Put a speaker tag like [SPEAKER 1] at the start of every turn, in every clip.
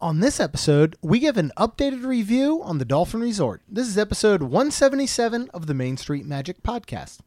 [SPEAKER 1] On this episode, we give an updated review on the Dolphin Resort. This is episode 177 of the Main Street Magic podcast.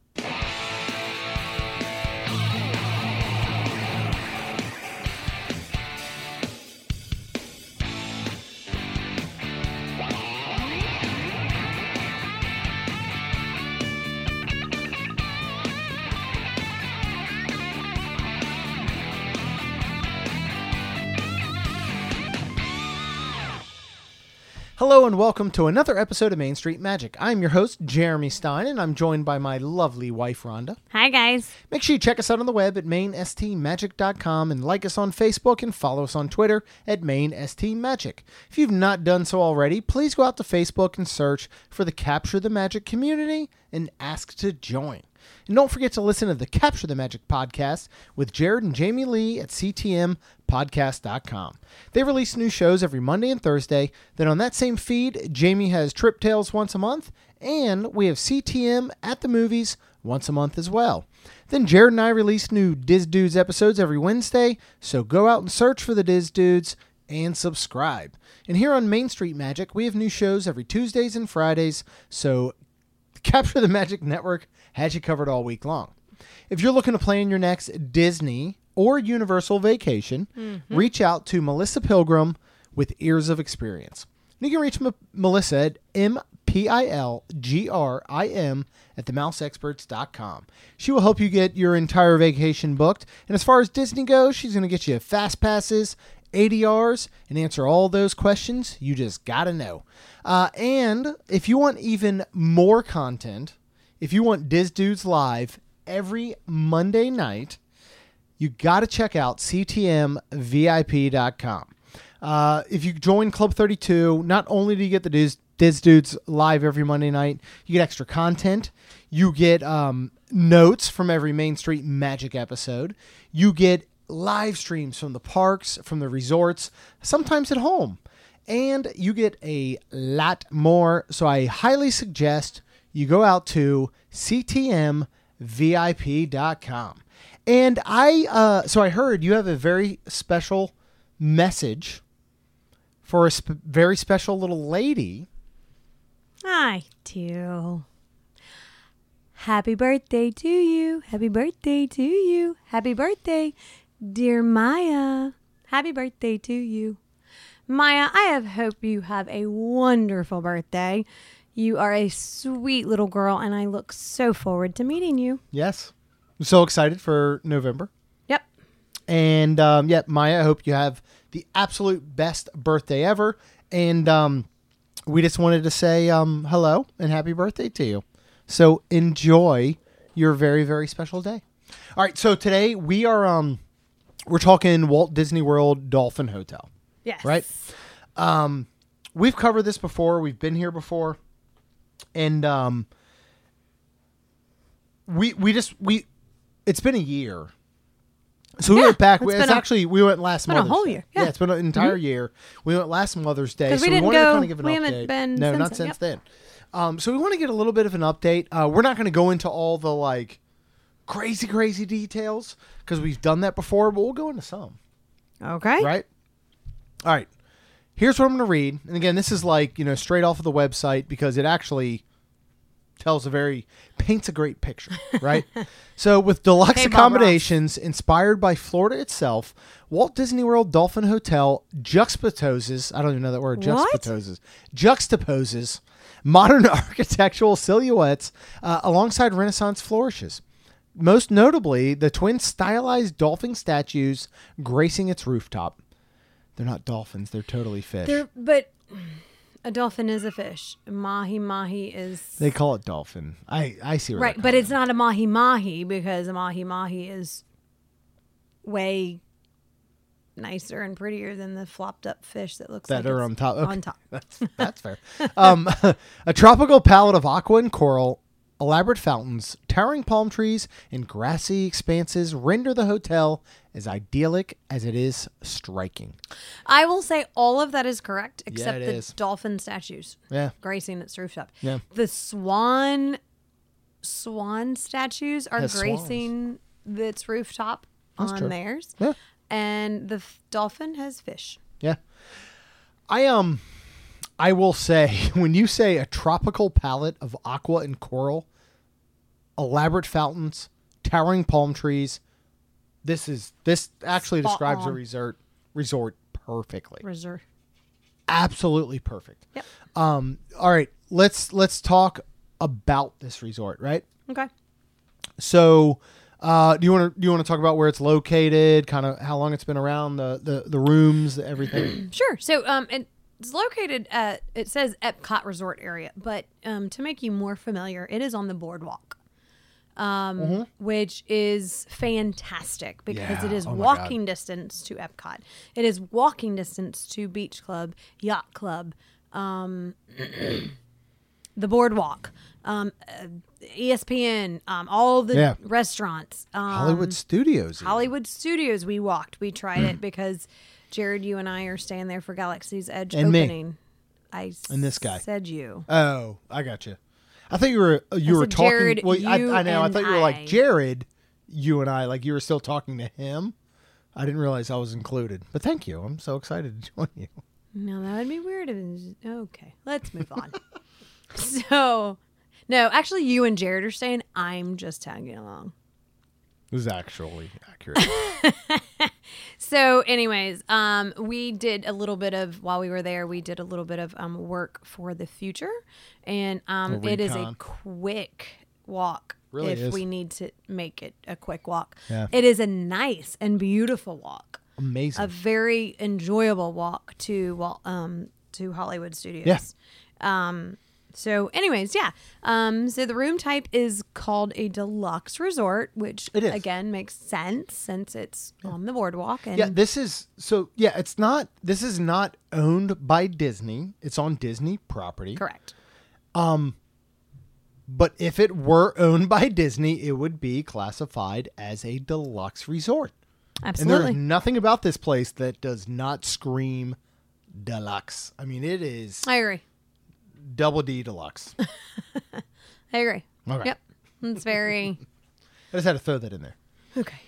[SPEAKER 1] Hello and welcome to another episode of Main Street Magic. I'm your host, Jeremy Stein, and I'm joined by my lovely wife, Rhonda.
[SPEAKER 2] Hi, guys.
[SPEAKER 1] Make sure you check us out on the web at mainstmagic.com and like us on Facebook and follow us on Twitter at mainstmagic. If you've not done so already, please go out to Facebook and search for the Capture the Magic community and ask to join. And don't forget to listen to the Capture the Magic podcast with Jared and Jamie Lee at ctmpodcast.com. They release new shows every Monday and Thursday. Then on that same feed, Jamie has Trip Tales once a month, and we have CTM at the movies once a month as well. Then Jared and I release new Diz Dudes episodes every Wednesday, so go out and search for the Diz Dudes and subscribe. And here on Main Street Magic, we have new shows every Tuesdays and Fridays, so Capture the Magic Network has you covered all week long. If you're looking to plan your next Disney or Universal vacation, reach out to Melissa Pilgrim with Ears of Experience. And you can reach M- Melissa at M P I L G R I M at themouseexperts.com. She will help you get your entire vacation booked. And as far as Disney goes, she's going to get you fast passes, ADRs, and answer all those questions you just got to know. Uh, and if you want even more content, if you want Diz Dudes live every Monday night, you got to check out ctmvip.com. Uh, if you join Club 32, not only do you get the Diz, Diz Dudes live every Monday night, you get extra content. You get um, notes from every Main Street Magic episode. You get live streams from the parks, from the resorts, sometimes at home. And you get a lot more. So I highly suggest you go out to ctmvip.com. And I, uh, so I heard you have a very special message for a sp- very special little lady.
[SPEAKER 2] I do. Happy birthday to you. Happy birthday to you. Happy birthday, dear Maya. Happy birthday to you. Maya, I have hope you have a wonderful birthday. You are a sweet little girl, and I look so forward to meeting you.
[SPEAKER 1] Yes. I'm so excited for November.
[SPEAKER 2] Yep.
[SPEAKER 1] And um, yeah, Maya, I hope you have the absolute best birthday ever. And um, we just wanted to say um, hello and happy birthday to you. So enjoy your very very special day. All right, so today we are um, we're talking Walt Disney World Dolphin Hotel.
[SPEAKER 2] Yes.
[SPEAKER 1] Right. We've covered this before. We've been here before, and um, we we just we it's been a year. So we
[SPEAKER 2] Yeah,
[SPEAKER 1] went back.
[SPEAKER 2] it's
[SPEAKER 1] It's, it's
[SPEAKER 2] been a-
[SPEAKER 1] actually we went last
[SPEAKER 2] been a
[SPEAKER 1] Mother's
[SPEAKER 2] whole
[SPEAKER 1] Day.
[SPEAKER 2] year, yeah.
[SPEAKER 1] it's been an entire year. We went last Mother's Day,
[SPEAKER 2] 'Cause
[SPEAKER 1] so
[SPEAKER 2] we didn't
[SPEAKER 1] we wanted to
[SPEAKER 2] go-
[SPEAKER 1] kind of give an
[SPEAKER 2] we
[SPEAKER 1] update.
[SPEAKER 2] haven't been
[SPEAKER 1] no,
[SPEAKER 2] since
[SPEAKER 1] not
[SPEAKER 2] then,
[SPEAKER 1] since
[SPEAKER 2] yep.
[SPEAKER 1] then. Um, so we want to get a little bit of an update. Uh, we're not going to go into all the like crazy crazy details because we've done that before, but we'll go into some
[SPEAKER 2] Okay.
[SPEAKER 1] right? All right. Here's what I'm going to read. And again, this is like, you know, straight off of the website because it actually tells a very paints a great picture, right? so with deluxe
[SPEAKER 2] Hey, Bob
[SPEAKER 1] accommodations inspired by Florida itself, Walt Disney World Dolphin Hotel juxtaposes, I don't even know that word,
[SPEAKER 2] What?
[SPEAKER 1] juxtaposes. Juxtaposes modern architectural silhouettes uh, alongside Renaissance flourishes. Most notably, the twin stylized dolphin statues gracing its rooftop. They're not dolphins, they're totally fish.
[SPEAKER 2] There, but a dolphin is a fish. Mahi mahi is
[SPEAKER 1] they call it dolphin. I, I see where
[SPEAKER 2] right,
[SPEAKER 1] they're
[SPEAKER 2] but it's not a mahi mahi because a mahi mahi is way nicer and prettier than the flopped up fish that looks
[SPEAKER 1] That
[SPEAKER 2] like
[SPEAKER 1] are
[SPEAKER 2] it's
[SPEAKER 1] on top. Okay.
[SPEAKER 2] On top.
[SPEAKER 1] That's, that's fair. Um, a tropical palette of aqua and coral, elaborate fountains, towering palm trees, and grassy expanses render the hotel as idyllic as it is striking.
[SPEAKER 2] I will say all of that is correct except
[SPEAKER 1] it
[SPEAKER 2] the
[SPEAKER 1] is.
[SPEAKER 2] dolphin statues
[SPEAKER 1] Yeah.
[SPEAKER 2] gracing its rooftop.
[SPEAKER 1] Yeah.
[SPEAKER 2] The swan swan statues are
[SPEAKER 1] Has swans.
[SPEAKER 2] gracing its rooftop on
[SPEAKER 1] true.
[SPEAKER 2] theirs.
[SPEAKER 1] Yeah.
[SPEAKER 2] And the f- dolphin has fish.
[SPEAKER 1] Yeah. I um I will say when you say a tropical palette of aqua and coral, elaborate fountains, towering palm trees, this is this actually
[SPEAKER 2] Spot
[SPEAKER 1] describes a
[SPEAKER 2] on.
[SPEAKER 1] resort resort perfectly.
[SPEAKER 2] Reserve.
[SPEAKER 1] Absolutely perfect.
[SPEAKER 2] Yep.
[SPEAKER 1] Um all right, let's let's talk about this resort, right?
[SPEAKER 2] Okay.
[SPEAKER 1] So uh, do you want to do you want to talk about where it's located, kind of how long it's been around, the the, the rooms, the everything?
[SPEAKER 2] Sure. So um, and it's located at it says Epcot Resort area, but um, to make you more familiar, it is on the boardwalk, um, which is fantastic because it
[SPEAKER 1] Mm-hmm. Yeah.
[SPEAKER 2] is
[SPEAKER 1] Oh my God.
[SPEAKER 2] walking distance to Epcot. It is walking distance to Beach Club, Yacht Club, um, the boardwalk. Um, uh, ESPN, um, all the
[SPEAKER 1] Yeah.
[SPEAKER 2] restaurants, um,
[SPEAKER 1] Hollywood Studios. even.
[SPEAKER 2] Hollywood Studios. We walked. We tried
[SPEAKER 1] Mm.
[SPEAKER 2] it because Jared, you and I are staying there for Galaxy's Edge
[SPEAKER 1] And me.
[SPEAKER 2] opening. I
[SPEAKER 1] And this guy.
[SPEAKER 2] said you.
[SPEAKER 1] Oh, I got you. I thought you were uh, you
[SPEAKER 2] I
[SPEAKER 1] were
[SPEAKER 2] said,
[SPEAKER 1] talking.
[SPEAKER 2] "Jared,
[SPEAKER 1] well, I,
[SPEAKER 2] you
[SPEAKER 1] I know. I
[SPEAKER 2] and
[SPEAKER 1] thought you were
[SPEAKER 2] I."
[SPEAKER 1] like Jared, you and I. Like you were still talking to him. I didn't realize I was included. But thank you. I'm so excited to join you.
[SPEAKER 2] No, that would be weird. If it was, okay, let's move on. so, no, actually, you and Jared are staying. I'm just tagging along.
[SPEAKER 1] This is actually accurate.
[SPEAKER 2] So, anyways, um, we did a little bit of while we were there. We did a little bit of um, work for the future, and um,
[SPEAKER 1] A
[SPEAKER 2] it is a
[SPEAKER 1] recon.
[SPEAKER 2] quick walk.
[SPEAKER 1] Really
[SPEAKER 2] if
[SPEAKER 1] is.
[SPEAKER 2] we need to make it a quick walk,
[SPEAKER 1] Yeah.
[SPEAKER 2] it is a nice and beautiful walk,
[SPEAKER 1] Amazing.
[SPEAKER 2] a very enjoyable walk to Wal- um to Hollywood Studios.
[SPEAKER 1] Yeah.
[SPEAKER 2] Um. So, anyways, yeah. Um. So the room type is called a deluxe resort, which
[SPEAKER 1] It is.
[SPEAKER 2] again makes sense since it's on the boardwalk and
[SPEAKER 1] yeah. This is so. Yeah. It's not. This is not owned by Disney. It's on Disney property.
[SPEAKER 2] Correct.
[SPEAKER 1] But if it were owned by Disney, it would be classified as a deluxe resort. And
[SPEAKER 2] Absolutely.
[SPEAKER 1] there's nothing about this place that does not scream deluxe. I mean, it is
[SPEAKER 2] I agree.
[SPEAKER 1] double D deluxe. I
[SPEAKER 2] I agree.
[SPEAKER 1] Okay.
[SPEAKER 2] Yep. It's very
[SPEAKER 1] just had to throw that in there.
[SPEAKER 2] okay.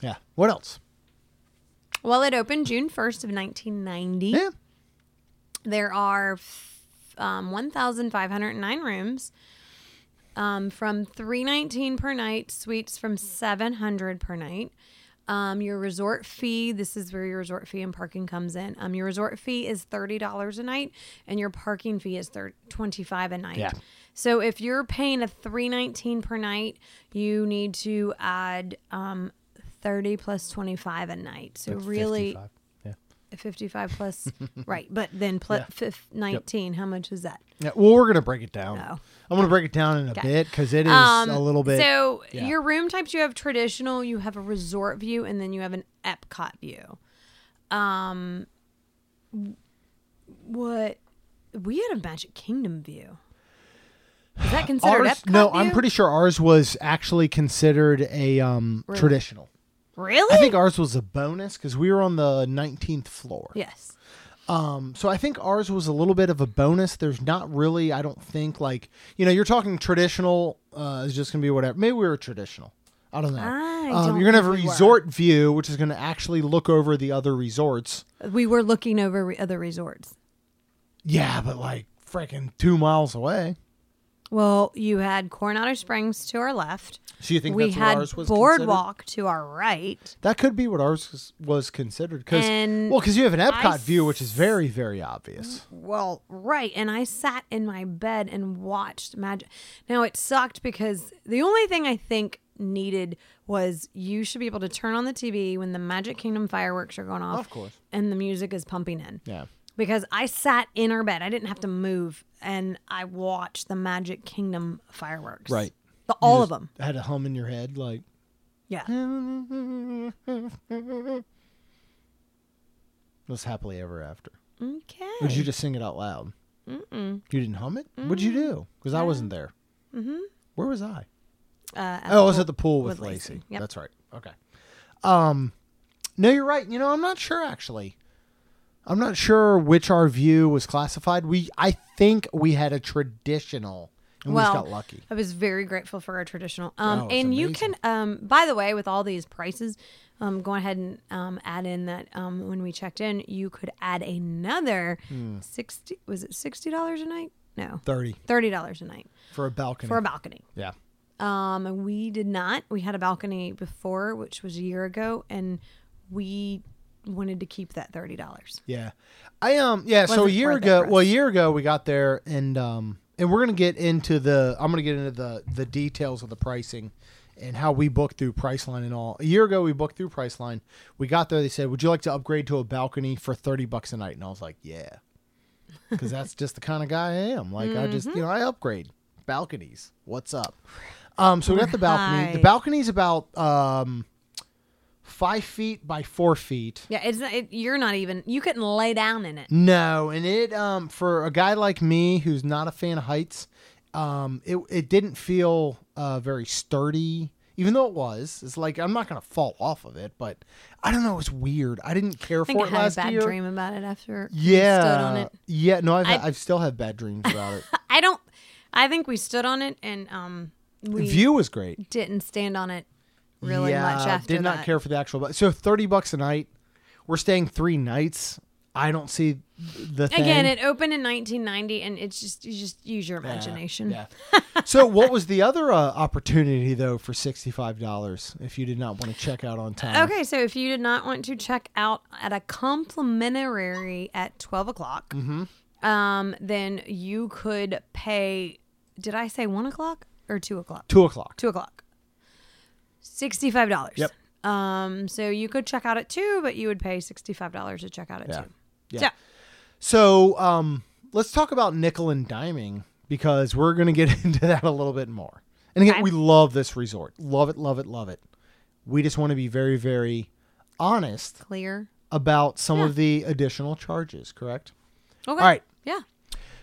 [SPEAKER 1] Yeah. What else?
[SPEAKER 2] Well, it opened June 1st of 1990.
[SPEAKER 1] Yeah.
[SPEAKER 2] There are f- um, 1,509 rooms um, from 319 per night, suites from 700 per night. Um, your resort fee, this is where your resort fee and parking comes in. Um, your resort fee is $30 a night and your parking fee is thir- 25 a night.
[SPEAKER 1] Yeah.
[SPEAKER 2] So if you're paying a 319 per night, you need to add um, 30 plus 25 a night. So really
[SPEAKER 1] 55. Yeah.
[SPEAKER 2] 55 plus right but then pl-
[SPEAKER 1] Yeah.
[SPEAKER 2] fif- 19 how much is that
[SPEAKER 1] yeah. Well, we're going to break it down.
[SPEAKER 2] No.
[SPEAKER 1] I'm going to break it down in a bit because it is a little bit.
[SPEAKER 2] Oh. Um, so
[SPEAKER 1] yeah.
[SPEAKER 2] your room types you have traditional you have a resort view and then you have an epcot view um w- what we had a magic kingdom view is that considered
[SPEAKER 1] ours,
[SPEAKER 2] epcot
[SPEAKER 1] no, I'm
[SPEAKER 2] view?
[SPEAKER 1] pretty sure ours was actually considered a um,
[SPEAKER 2] Really?
[SPEAKER 1] traditional.
[SPEAKER 2] really
[SPEAKER 1] I think ours was a bonus because we were on the 19th floor.
[SPEAKER 2] yes
[SPEAKER 1] Um, so I think ours was a little bit of a bonus. There's not really, I don't think, like you know, you're talking traditional uh, is just gonna be whatever. Maybe we were traditional. I don't know.
[SPEAKER 2] I
[SPEAKER 1] um,
[SPEAKER 2] don't
[SPEAKER 1] you're gonna have a
[SPEAKER 2] think we were.
[SPEAKER 1] resort view, which is gonna actually look over the other resorts.
[SPEAKER 2] we were looking over re- other resorts
[SPEAKER 1] Yeah, but like freaking two miles away.
[SPEAKER 2] well you had coronado springs to our left
[SPEAKER 1] So you think
[SPEAKER 2] we
[SPEAKER 1] that's what
[SPEAKER 2] had
[SPEAKER 1] ours was? considered?
[SPEAKER 2] boardwalk to our right
[SPEAKER 1] That could be what ours was, was considered because
[SPEAKER 2] And
[SPEAKER 1] well, because you have an Epcot
[SPEAKER 2] I
[SPEAKER 1] view, which is very very obvious.
[SPEAKER 2] Well, right. And I sat in my bed and watched Magic. Now, it sucked because the only thing I think needed was you should be able to turn on the TV when the Magic Kingdom fireworks are going off.
[SPEAKER 1] Of course.
[SPEAKER 2] And the music is pumping in.
[SPEAKER 1] Yeah.
[SPEAKER 2] Because I sat in our bed, I didn't have to move, and I watched the Magic Kingdom fireworks.
[SPEAKER 1] Right.
[SPEAKER 2] The, all
[SPEAKER 1] You
[SPEAKER 2] of
[SPEAKER 1] just
[SPEAKER 2] them.
[SPEAKER 1] had a hum in your head, like
[SPEAKER 2] Yeah.
[SPEAKER 1] it was happily ever after.
[SPEAKER 2] Okay.
[SPEAKER 1] Or did you just sing it out loud? Mm-mm. You didn't hum it? What did you do? Because I wasn't there. Mm-hmm. Where was I?
[SPEAKER 2] Uh,
[SPEAKER 1] Oh, I was at the pool with,
[SPEAKER 2] with
[SPEAKER 1] Lacey.
[SPEAKER 2] Lacey. Yep.
[SPEAKER 1] That's right. Okay. Um, no, you're right. You know, I'm not sure actually. I'm not sure which our view was classified. We, I think we had a traditional And
[SPEAKER 2] well,
[SPEAKER 1] we just got lucky.
[SPEAKER 2] I was very grateful for our traditional. Um,
[SPEAKER 1] Oh, it's
[SPEAKER 2] and you
[SPEAKER 1] amazing.
[SPEAKER 2] can, um, by the way, with all these prices, um, go ahead and um, add in that um, when we checked in, you could add another
[SPEAKER 1] Hmm.
[SPEAKER 2] sixty. Was it sixty dollars a night? No,
[SPEAKER 1] 30
[SPEAKER 2] thirty dollars a night
[SPEAKER 1] for a balcony.
[SPEAKER 2] for a balcony.
[SPEAKER 1] yeah.
[SPEAKER 2] Um, and we did not. We had a balcony before, which was a year ago, and we wanted to keep that thirty dollars.
[SPEAKER 1] Yeah. I um yeah, so a
[SPEAKER 2] Wasn't
[SPEAKER 1] year
[SPEAKER 2] worth it
[SPEAKER 1] ago,
[SPEAKER 2] for
[SPEAKER 1] well a
[SPEAKER 2] us.
[SPEAKER 1] year ago we got there and um and we're going to get into the I'm going to get into the the details of the pricing and how we booked through Priceline and all. A year ago we booked through Priceline. We got there they said, "Would you like to upgrade to a balcony for 30 bucks a night?" And I was like, "Yeah." Cuz that's just the kind of guy I am. Like I just,
[SPEAKER 2] Mm-hmm.
[SPEAKER 1] you know, I upgrade balconies. What's up? Um so we got the balcony. The
[SPEAKER 2] Right.
[SPEAKER 1] balcony's about um 5 feet by 4 feet.
[SPEAKER 2] Yeah, it's not, it, you're not even. You couldn't lay down in it.
[SPEAKER 1] No, and it um for a guy like me who's not a fan of heights, um it it didn't feel uh very sturdy. Even though it was, it's like I'm not gonna fall off of it, but I don't know. It's weird. I didn't care
[SPEAKER 2] I think
[SPEAKER 1] for
[SPEAKER 2] I
[SPEAKER 1] it
[SPEAKER 2] had a
[SPEAKER 1] last
[SPEAKER 2] bad
[SPEAKER 1] year.
[SPEAKER 2] dream about it after. we
[SPEAKER 1] Yeah,
[SPEAKER 2] stood on it.
[SPEAKER 1] yeah. No, I've,
[SPEAKER 2] I-
[SPEAKER 1] I've still had bad dreams about it.
[SPEAKER 2] I don't. I think we stood on it and um we
[SPEAKER 1] View was great.
[SPEAKER 2] didn't stand on it really
[SPEAKER 1] yeah,
[SPEAKER 2] much after
[SPEAKER 1] did not
[SPEAKER 2] that.
[SPEAKER 1] care for the actual. bu- So thirty bucks a night. We're staying three nights. I don't see the thing.
[SPEAKER 2] Again, it opened in 1990, and it's just you just use your
[SPEAKER 1] Yeah,
[SPEAKER 2] imagination.
[SPEAKER 1] Yeah. so, what was the other uh, opportunity though for sixty-five dollars if you did not want to check out on time?
[SPEAKER 2] Okay, so if you did not want to check out at a complimentary at 12 o'clock,
[SPEAKER 1] Mm-hmm.
[SPEAKER 2] um, then you could pay. Did I say one o'clock or two o'clock?
[SPEAKER 1] Two o'clock.
[SPEAKER 2] Two o'clock. Sixty-five dollars.
[SPEAKER 1] Yep.
[SPEAKER 2] Um, so you could check out at two, but you would pay sixty-five dollars to check out at
[SPEAKER 1] Yeah.
[SPEAKER 2] two.
[SPEAKER 1] Yeah.
[SPEAKER 2] So,
[SPEAKER 1] So, um, let's talk about nickel and diming because we're going to get into that a little bit more. And again,
[SPEAKER 2] Okay.
[SPEAKER 1] we love this resort. Love it. Love it. Love it. We just want to be very, very honest
[SPEAKER 2] clear.
[SPEAKER 1] about some of the additional charges. Correct.
[SPEAKER 2] Okay. All
[SPEAKER 1] right.
[SPEAKER 2] Yeah.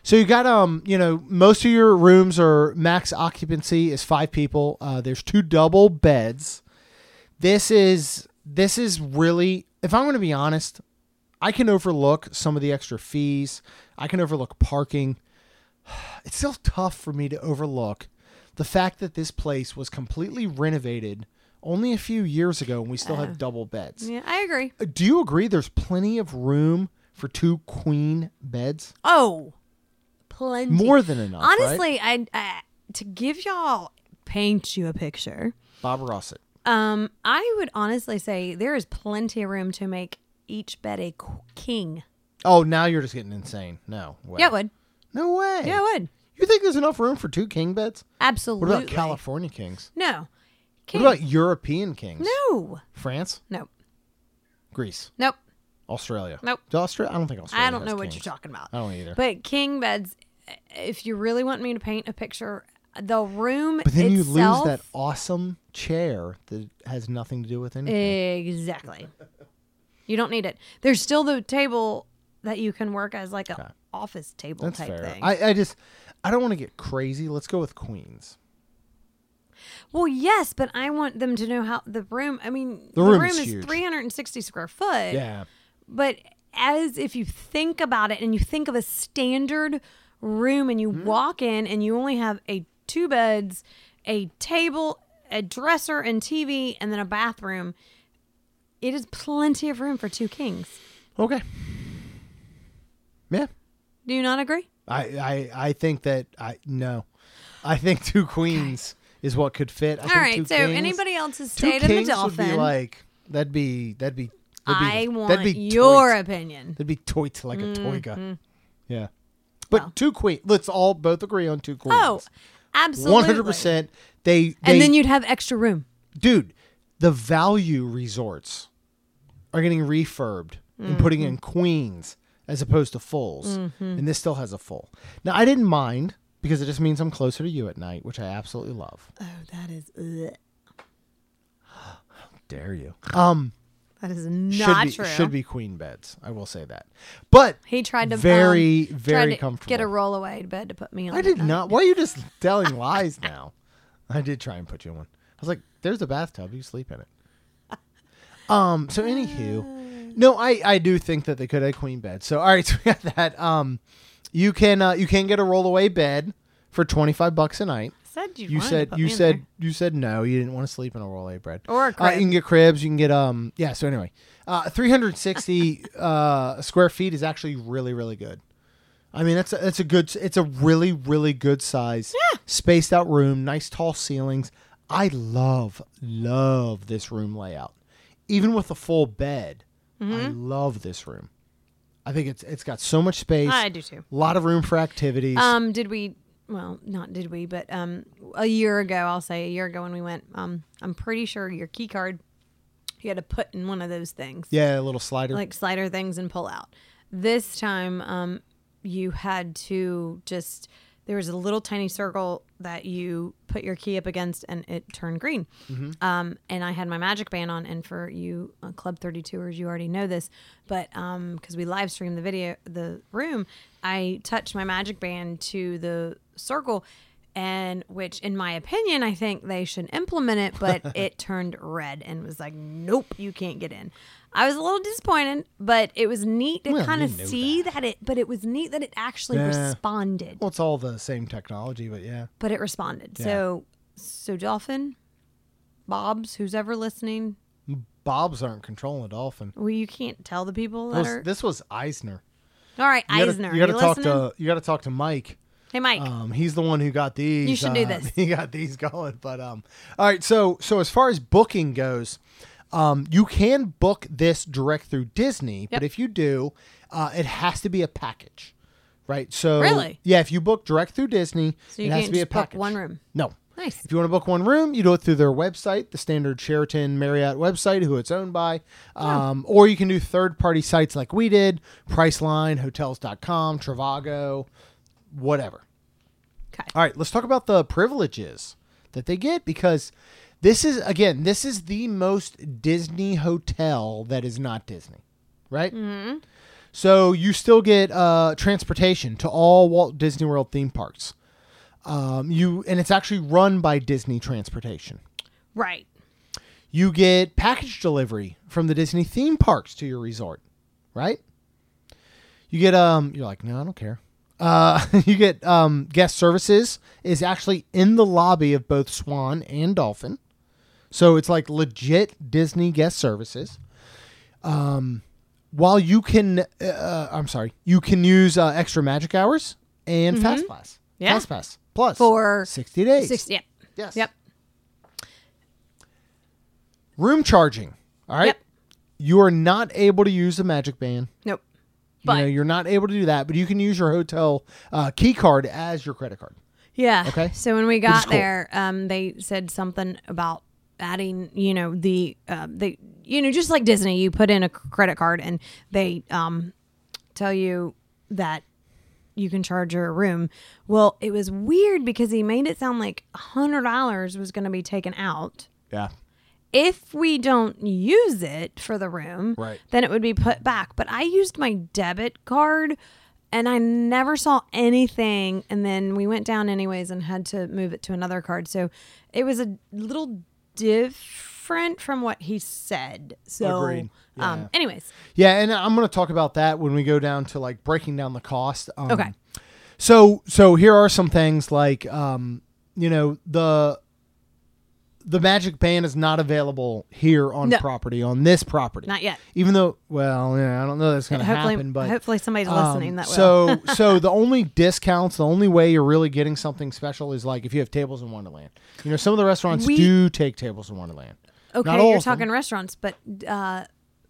[SPEAKER 1] So you got um, you know, most of your rooms are max occupancy is five people. Uh, there's two double beds. This is this is really, if I'm going to be honest, I can overlook some of the extra fees. I can overlook parking. It's still tough for me to overlook the fact that this place was completely renovated only a few years ago, and we still have double beds. Uh,
[SPEAKER 2] Yeah, I agree.
[SPEAKER 1] Do you agree? There's plenty of room for two queen beds.
[SPEAKER 2] Oh, plenty.
[SPEAKER 1] More than enough. right?
[SPEAKER 2] Honestly, I, I to give y'all paint you a picture.
[SPEAKER 1] Bob Rossett.
[SPEAKER 2] Um, I would honestly say there is plenty of room to make each bed a qu- king.
[SPEAKER 1] Oh, now you're just getting insane. No way.
[SPEAKER 2] Yeah, it would.
[SPEAKER 1] No way.
[SPEAKER 2] Yeah, it would.
[SPEAKER 1] You think there's enough room for two king beds? What
[SPEAKER 2] Absolutely.
[SPEAKER 1] about California kings?
[SPEAKER 2] No. King.
[SPEAKER 1] What about European kings?
[SPEAKER 2] no.
[SPEAKER 1] France,
[SPEAKER 2] Nope.
[SPEAKER 1] Greece,
[SPEAKER 2] Nope.
[SPEAKER 1] Australia.
[SPEAKER 2] Nope.
[SPEAKER 1] Do Australia? I don't think Australia.
[SPEAKER 2] I don't
[SPEAKER 1] has
[SPEAKER 2] know what
[SPEAKER 1] kings.
[SPEAKER 2] you're talking about.
[SPEAKER 1] I don't either.
[SPEAKER 2] But king beds, if you really want me to paint a picture, the room
[SPEAKER 1] But then you lose
[SPEAKER 2] itself,
[SPEAKER 1] that awesome chair that has nothing to do with anything.
[SPEAKER 2] Exactly. You don't need it. There's still the table that you can work as like a office table
[SPEAKER 1] That's
[SPEAKER 2] type
[SPEAKER 1] fair.
[SPEAKER 2] thing.
[SPEAKER 1] I, I just, I don't want to get crazy. Let's go with queens.
[SPEAKER 2] well, yes, but I want them to know how the room. I mean,
[SPEAKER 1] The room is
[SPEAKER 2] is
[SPEAKER 1] huge.
[SPEAKER 2] 360 square foot.
[SPEAKER 1] Yeah.
[SPEAKER 2] But as if you think about it and you think of a standard room and you
[SPEAKER 1] Mm-hmm.
[SPEAKER 2] walk in and you only have a two beds, a table, a dresser and TV and then a bathroom, it is plenty of room for two kings.
[SPEAKER 1] Okay. Yeah.
[SPEAKER 2] Do you not agree?
[SPEAKER 1] I, I, I think that I no, I think two queens is what could fit. I
[SPEAKER 2] All
[SPEAKER 1] think
[SPEAKER 2] right.
[SPEAKER 1] two
[SPEAKER 2] So
[SPEAKER 1] kings-
[SPEAKER 2] anybody else has
[SPEAKER 1] two
[SPEAKER 2] stayed in the
[SPEAKER 1] kings would be
[SPEAKER 2] dolphin.
[SPEAKER 1] like that'd be that'd be. That'd be
[SPEAKER 2] I want
[SPEAKER 1] that'd be
[SPEAKER 2] your
[SPEAKER 1] toit.
[SPEAKER 2] opinion.
[SPEAKER 1] That'd be toit like a toiga. Yeah, but
[SPEAKER 2] Well.
[SPEAKER 1] two queen. Let's all both agree on two queens.
[SPEAKER 2] Oh, absolutely.
[SPEAKER 1] one hundred percent. They they
[SPEAKER 2] And then you'd have extra room.
[SPEAKER 1] dude, the value resorts are getting refurbed and putting in
[SPEAKER 2] Mm-hmm.
[SPEAKER 1] queens as opposed to fulls. And this still has a full. Now, I didn't mind because it just means I'm closer to you at night, which I absolutely love.
[SPEAKER 2] Oh, that is ugh.
[SPEAKER 1] Dare you? Um,
[SPEAKER 2] that is
[SPEAKER 1] should
[SPEAKER 2] not
[SPEAKER 1] be,
[SPEAKER 2] true.
[SPEAKER 1] should be queen beds. I will say that. But
[SPEAKER 2] He tried to
[SPEAKER 1] very
[SPEAKER 2] um,
[SPEAKER 1] very
[SPEAKER 2] tried to
[SPEAKER 1] comfortable.
[SPEAKER 2] Get a rollaway bed to put me on.
[SPEAKER 1] I
[SPEAKER 2] at
[SPEAKER 1] did
[SPEAKER 2] night.
[SPEAKER 1] not. Why are you just telling lies now? I did try and put you in one. I was like, "There's a bathtub. You sleep in it." Um. So, anywho, no, I I do think that they could have a queen bed. So, all right, so we got that. Um, you can uh, you can get a rollaway bed for 25 bucks a night.
[SPEAKER 2] said you.
[SPEAKER 1] You
[SPEAKER 2] wanted to
[SPEAKER 1] said
[SPEAKER 2] put
[SPEAKER 1] you
[SPEAKER 2] me in
[SPEAKER 1] said
[SPEAKER 2] there.
[SPEAKER 1] you said no. You didn't want to sleep in a roll of bread. Uh,
[SPEAKER 2] Or a
[SPEAKER 1] you
[SPEAKER 2] crib.
[SPEAKER 1] can get cribs. You can get um yeah. So anyway, uh, 360 uh, square feet is actually really really good. I mean that's a, that's a good it's a really really good size spaced out room, nice tall ceilings. I love love this room layout, even with a full bed. I
[SPEAKER 2] Mm-hmm.
[SPEAKER 1] love this room. I think it's it's got so much space.
[SPEAKER 2] I do too.
[SPEAKER 1] A lot of room for activities.
[SPEAKER 2] Um, did we? Well, not did we, but um, a year ago, I'll say a year ago when we went. Um, I'm pretty sure your key card, you had to put in one of those things,
[SPEAKER 1] yeah, a little slider.
[SPEAKER 2] like slider things, and pull out. This time, um, you had to just there was a little tiny circle that you put your key up against, and it turned green. Um, and I had my magic band on, and for you uh, Club 32ers, you already know this, but um, because we live streamed the video, the room, I touched my magic band to the circle, and which, in my opinion, I think they should implement it, but it turned red and was like, nope, you can't get in. I was a little disappointed, but it was neat to
[SPEAKER 1] Well,
[SPEAKER 2] kind of
[SPEAKER 1] you knew
[SPEAKER 2] see that. it, but it was neat that it actually
[SPEAKER 1] Yeah.
[SPEAKER 2] responded,
[SPEAKER 1] well, it's all the same technology, but yeah.
[SPEAKER 2] but it responded. So, so Dolphin, Bob's, who's ever listening,
[SPEAKER 1] Bob's aren't controlling a dolphin.
[SPEAKER 2] Well, you can't tell the people that
[SPEAKER 1] This,
[SPEAKER 2] are.
[SPEAKER 1] this was Eisner.
[SPEAKER 2] All right,
[SPEAKER 1] You gotta-
[SPEAKER 2] Eisner.
[SPEAKER 1] you gotta
[SPEAKER 2] are you
[SPEAKER 1] talk
[SPEAKER 2] listening?
[SPEAKER 1] to you gotta talk to Mike.
[SPEAKER 2] Hey, Mike.
[SPEAKER 1] Um, he's the one who got these.
[SPEAKER 2] You should do
[SPEAKER 1] uh,
[SPEAKER 2] this.
[SPEAKER 1] He got these going. But um, all right. So so as far as booking goes, um, you can book this direct through Disney. But if you do, uh, it has to be a package, right? So
[SPEAKER 2] Really?
[SPEAKER 1] yeah. If you book direct through Disney,
[SPEAKER 2] so you
[SPEAKER 1] it
[SPEAKER 2] can't
[SPEAKER 1] has to be
[SPEAKER 2] just
[SPEAKER 1] a package.
[SPEAKER 2] book one room.
[SPEAKER 1] No.
[SPEAKER 2] Nice.
[SPEAKER 1] If you want to book one room, you do it through their website, the standard Sheraton Marriott website, who it's owned by. Um, Or you can do third party sites like we did Priceline, Hotels.com, Travago, whatever.
[SPEAKER 2] Okay.
[SPEAKER 1] All right, let's talk about the privileges that they get because this is, again, this is the most Disney hotel that is not Disney, right? Mm-hmm. So you still get uh, transportation to all Walt Disney World theme parks. Um, you and it's actually run by Disney Transportation.
[SPEAKER 2] Right.
[SPEAKER 1] You get package delivery from the Disney theme parks to your resort, right? You get um you're like, "No, I don't care." Uh you get um guest services is actually in the lobby of both Swan and Dolphin. So it's like legit Disney guest services. Um while you can uh, I'm sorry, you can use uh, extra magic hours and fast pass.
[SPEAKER 2] Mm-hmm. Yeah.
[SPEAKER 1] Fast pass plus
[SPEAKER 2] For
[SPEAKER 1] 60 days.
[SPEAKER 2] Six. Yep.
[SPEAKER 1] Yes.
[SPEAKER 2] Yep.
[SPEAKER 1] Room charging. All right.
[SPEAKER 2] Yep.
[SPEAKER 1] You are not able to use a magic band.
[SPEAKER 2] Nope.
[SPEAKER 1] But you
[SPEAKER 2] But-
[SPEAKER 1] are not able to do that, but you can use your hotel uh, key card as your credit card.
[SPEAKER 2] Yeah.
[SPEAKER 1] Okay.
[SPEAKER 2] So when we got
[SPEAKER 1] cool.
[SPEAKER 2] there, um, they said something about adding, you know, the uh, the you know, just like Disney, you put in a credit card and they um tell you that you can charge your room. Well, it was weird because he made it sound like hundred dollars was going to be taken out.
[SPEAKER 1] Yeah.
[SPEAKER 2] if we don't use it for the room,
[SPEAKER 1] Right.
[SPEAKER 2] then it would be put back. But I used my debit card and I never saw anything. And then we went down anyways and had to move it to another card. So it was a little different from what he said. So,
[SPEAKER 1] Agreed. Yeah.
[SPEAKER 2] um, anyways,
[SPEAKER 1] Yeah, and I'm going to talk about that when we go down to like breaking down the cost. Um,
[SPEAKER 2] Okay.
[SPEAKER 1] So so here are some things like um, you know the the magic band is not available here on
[SPEAKER 2] No.
[SPEAKER 1] property on this property.
[SPEAKER 2] Not yet.
[SPEAKER 1] Even though, well, yeah, I don't know that's going to
[SPEAKER 2] hopefully,
[SPEAKER 1] happen, but
[SPEAKER 2] hopefully somebody's
[SPEAKER 1] Um,
[SPEAKER 2] listening that will.
[SPEAKER 1] so so the only discounts the only way you're really getting something special is like if you have tables in wonderland you know some of the restaurants
[SPEAKER 2] We-
[SPEAKER 1] do take tables in wonderland
[SPEAKER 2] okay,
[SPEAKER 1] not all
[SPEAKER 2] you're
[SPEAKER 1] of them.
[SPEAKER 2] talking restaurants, but uh,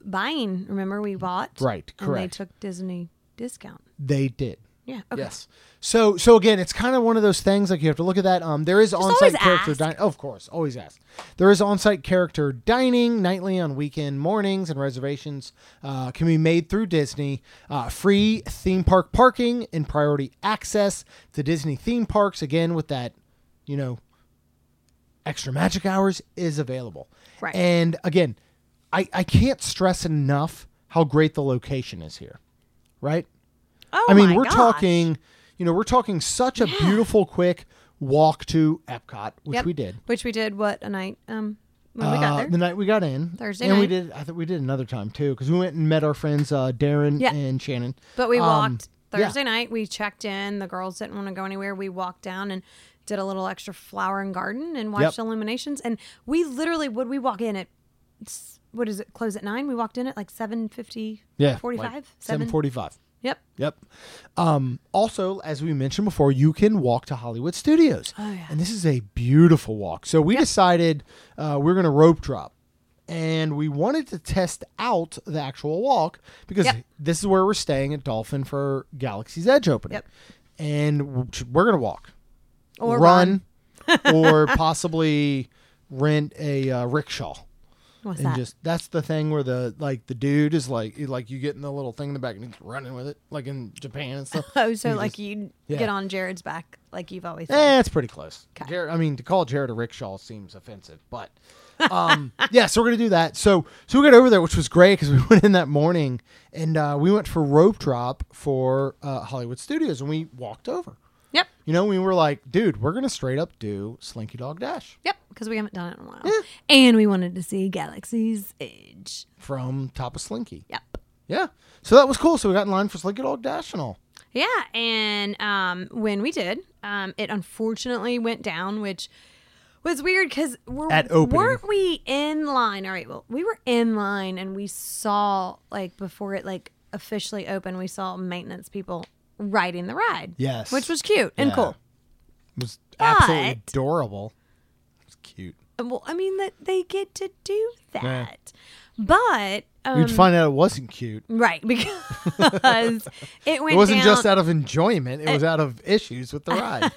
[SPEAKER 2] buying, remember we bought?
[SPEAKER 1] Right,
[SPEAKER 2] And they
[SPEAKER 1] correct.
[SPEAKER 2] took Disney discount.
[SPEAKER 1] they did
[SPEAKER 2] Yeah. Okay.
[SPEAKER 1] yes so so again it's kind of one of those things like you have to look at that um there is on-site
[SPEAKER 2] always
[SPEAKER 1] character
[SPEAKER 2] ask.
[SPEAKER 1] dining of course always ask there is on-site character dining nightly on weekend mornings and reservations uh, can be made through disney uh, free theme park parking and priority access to disney theme parks again with that you know extra magic hours is available.
[SPEAKER 2] Right.
[SPEAKER 1] And again, I, I can't stress enough how great the location is here. Right?
[SPEAKER 2] Oh,
[SPEAKER 1] I mean,
[SPEAKER 2] my
[SPEAKER 1] we're
[SPEAKER 2] gosh.
[SPEAKER 1] talking, you know, we're talking such a beautiful quick walk to Epcot, which
[SPEAKER 2] Yep.
[SPEAKER 1] we did.
[SPEAKER 2] Which we did what a night um when we
[SPEAKER 1] Uh,
[SPEAKER 2] got there.
[SPEAKER 1] The night we got in.
[SPEAKER 2] Thursday
[SPEAKER 1] And we
[SPEAKER 2] night.
[SPEAKER 1] did I think we did another time too, because we went and met our friends uh, Darren
[SPEAKER 2] Yeah.
[SPEAKER 1] and Shannon.
[SPEAKER 2] But we
[SPEAKER 1] um,
[SPEAKER 2] walked
[SPEAKER 1] Yeah.
[SPEAKER 2] Thursday night, we checked in. The girls didn't want to go anywhere. We walked down and did a little extra flower and garden and watched illuminations. And we literally would we walk in at s- what is it? Close at nine. We walked in at like seven fifty.
[SPEAKER 1] Yeah.
[SPEAKER 2] forty
[SPEAKER 1] like
[SPEAKER 2] five. Seven.
[SPEAKER 1] 745.
[SPEAKER 2] Yep.
[SPEAKER 1] Yep. Um, also, as we mentioned before, you can walk to Hollywood Studios.
[SPEAKER 2] Oh, yeah.
[SPEAKER 1] And this is a beautiful walk. So we decided uh, we're going to rope drop. And we wanted to test out the actual walk because
[SPEAKER 2] Yep.
[SPEAKER 1] this is where we're staying at Dolphin for Galaxy's Edge opening.
[SPEAKER 2] Yep.
[SPEAKER 1] And w- we're going to walk
[SPEAKER 2] Or
[SPEAKER 1] run, or possibly rent a uh, rickshaw.
[SPEAKER 2] What's
[SPEAKER 1] And
[SPEAKER 2] that?
[SPEAKER 1] just that's the thing where the like the dude is like he- like you get in the little thing in the back and he's running with it like in Japan and stuff.
[SPEAKER 2] oh, so
[SPEAKER 1] You
[SPEAKER 2] like
[SPEAKER 1] just-
[SPEAKER 2] you
[SPEAKER 1] yeah.
[SPEAKER 2] get on Jared's back, like you've always. done.
[SPEAKER 1] Eh, it's pretty close.
[SPEAKER 2] Okay.
[SPEAKER 1] Jared, I mean, to call Jared a rickshaw seems offensive, but um, yeah, so we're gonna do that. So so we got over there, which was great because we went in that morning and uh, we went for rope drop for uh, Hollywood Studios and we walked over.
[SPEAKER 2] Yep.
[SPEAKER 1] You know, we were like, dude, we're gonna straight up do Slinky Dog Dash.
[SPEAKER 2] Yep. Because we haven't done it in a while,
[SPEAKER 1] Eh.
[SPEAKER 2] and we wanted to see Galaxy's Edge.
[SPEAKER 1] from Top of Slinky.
[SPEAKER 2] Yep.
[SPEAKER 1] Yeah. So that was cool. So we got in line for Slinky Dog Dash and all.
[SPEAKER 2] Yeah, and um, when we did, um, it unfortunately went down, which was weird because we're
[SPEAKER 1] At opening.
[SPEAKER 2] weren't we in line? All right, well, we were in line, and we saw like before it like officially opened, we saw maintenance people riding the ride.
[SPEAKER 1] Yes.
[SPEAKER 2] which was cute and
[SPEAKER 1] Yeah.
[SPEAKER 2] cool.
[SPEAKER 1] It was absolutely
[SPEAKER 2] But-
[SPEAKER 1] adorable. It's cute.
[SPEAKER 2] Well, I mean that they get to do that, but um,
[SPEAKER 1] You'd find out it wasn't cute.
[SPEAKER 2] right because it went
[SPEAKER 1] It wasn't
[SPEAKER 2] down,
[SPEAKER 1] just out of enjoyment, it was out of issues with the ride.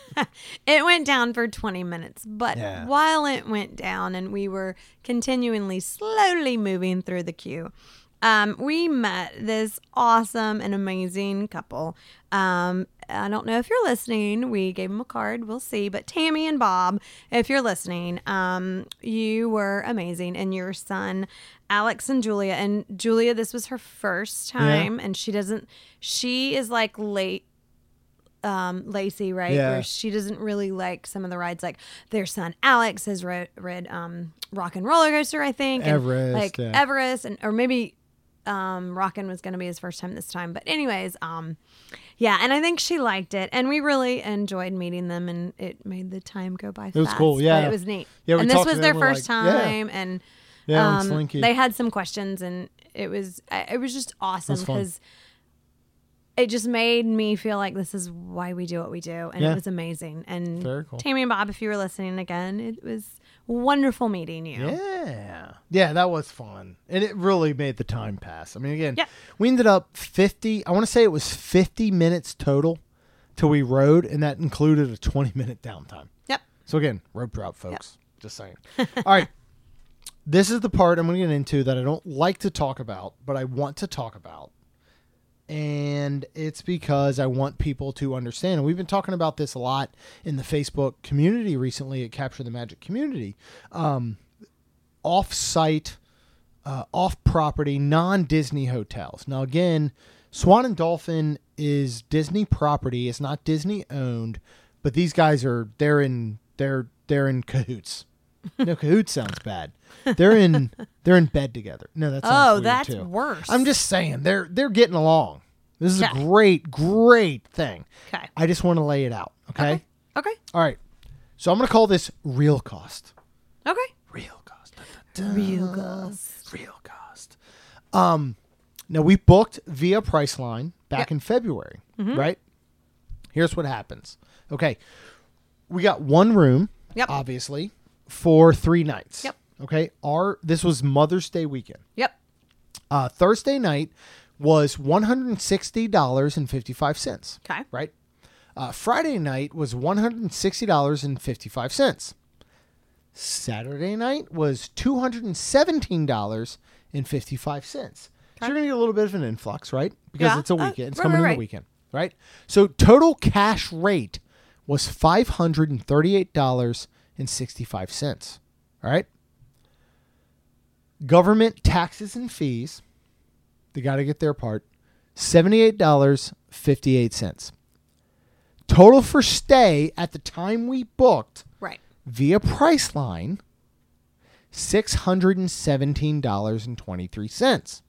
[SPEAKER 2] It went down for 20 minutes, but
[SPEAKER 1] Yeah.
[SPEAKER 2] while it went down and we were continually slowly moving through the queue, um, we met this awesome and amazing couple. Um, I don't know if you're listening. We gave them a card. We'll see. But Tammy and Bob, if you're listening, um, you were amazing. And your son, Alex and Julia. And Julia, this was her first time. And she doesn't, she is like late um, Lacey, right?
[SPEAKER 1] Yeah.
[SPEAKER 2] Where she doesn't really like some of the rides. Like their son Alex has read, read um, Rock and Roller Coaster, I think, and,
[SPEAKER 1] Everest,
[SPEAKER 2] like
[SPEAKER 1] yeah.
[SPEAKER 2] Everest, and or maybe um, Rockin' was going to be his first time this time. But anyways, um, yeah, and I think she liked it, and we really enjoyed meeting them, and it made the time go by. It
[SPEAKER 1] was cool, yeah.
[SPEAKER 2] it was neat.
[SPEAKER 1] Yeah, we
[SPEAKER 2] and this
[SPEAKER 1] talked to
[SPEAKER 2] was their
[SPEAKER 1] them, we're
[SPEAKER 2] first
[SPEAKER 1] like, yeah.
[SPEAKER 2] time, and
[SPEAKER 1] Yeah, on
[SPEAKER 2] um,
[SPEAKER 1] Slinky.
[SPEAKER 2] they had some questions, and it was I- it was just awesome
[SPEAKER 1] fun.
[SPEAKER 2] because it just made me feel like this is why we do what we do and
[SPEAKER 1] Yeah.
[SPEAKER 2] it was amazing and
[SPEAKER 1] Very cool.
[SPEAKER 2] tammy and bob if you were listening again it was wonderful meeting you
[SPEAKER 1] Yeah. Yeah, that was fun. And it really made the time pass. I mean, again,
[SPEAKER 2] Yeah.
[SPEAKER 1] we ended up 50, I want to say it was 50 minutes total till we rode, and that included a 20 minute downtime.
[SPEAKER 2] yep
[SPEAKER 1] So again, rope drop, folks. Just saying. All right. This is the part I'm going to get into that I don't like to talk about, but I want to talk about. And it's because I want people to understand. And we've been talking about this a lot in the Facebook community recently at Capture the Magic Community. Um, off site, uh, off property, non Disney hotels. Now, again, Swan and Dolphin is Disney property. It's not Disney owned, but these guys are they're in they're they're in cahoots. No, cahoots sounds bad. They're in they're in bed together. No, that sounds
[SPEAKER 2] Oh,
[SPEAKER 1] weird,
[SPEAKER 2] that's
[SPEAKER 1] too.
[SPEAKER 2] worse.
[SPEAKER 1] I'm just saying they're they're getting along. This is a
[SPEAKER 2] Okay.
[SPEAKER 1] great great thing.
[SPEAKER 2] okay
[SPEAKER 1] I just want to lay it out. okay.
[SPEAKER 2] okay
[SPEAKER 1] All right. So I'm gonna call this real cost.
[SPEAKER 2] okay
[SPEAKER 1] Real cost.
[SPEAKER 2] real girls
[SPEAKER 1] Real cost. Um, now we booked via Priceline back in February,
[SPEAKER 2] Mm-hmm.
[SPEAKER 1] right? Here's what happens. Okay, we got one room,
[SPEAKER 2] Yep.
[SPEAKER 1] obviously, for three nights.
[SPEAKER 2] Yep.
[SPEAKER 1] Okay, our this was Mother's Day weekend.
[SPEAKER 2] yep
[SPEAKER 1] Uh, Thursday night was one hundred and sixty dollars and fifty five cents.
[SPEAKER 2] okay
[SPEAKER 1] Right. Uh, Friday night was one hundred and sixty dollars and fifty five cents. Saturday night was two hundred and seventeen dollars and fifty five cents. So you're gonna get a little bit of an influx, right? Because
[SPEAKER 2] Yeah.
[SPEAKER 1] it's a
[SPEAKER 2] Uh,
[SPEAKER 1] weekend. it's
[SPEAKER 2] right,
[SPEAKER 1] coming
[SPEAKER 2] right,
[SPEAKER 1] in
[SPEAKER 2] right.
[SPEAKER 1] the weekend, right? So total cash rate was five hundred and thirty eight dollars and sixty five cents. All right. Government taxes and fees. They got to get their part. $78.58. Total for stay at the time we booked
[SPEAKER 2] right
[SPEAKER 1] via Priceline $617.23.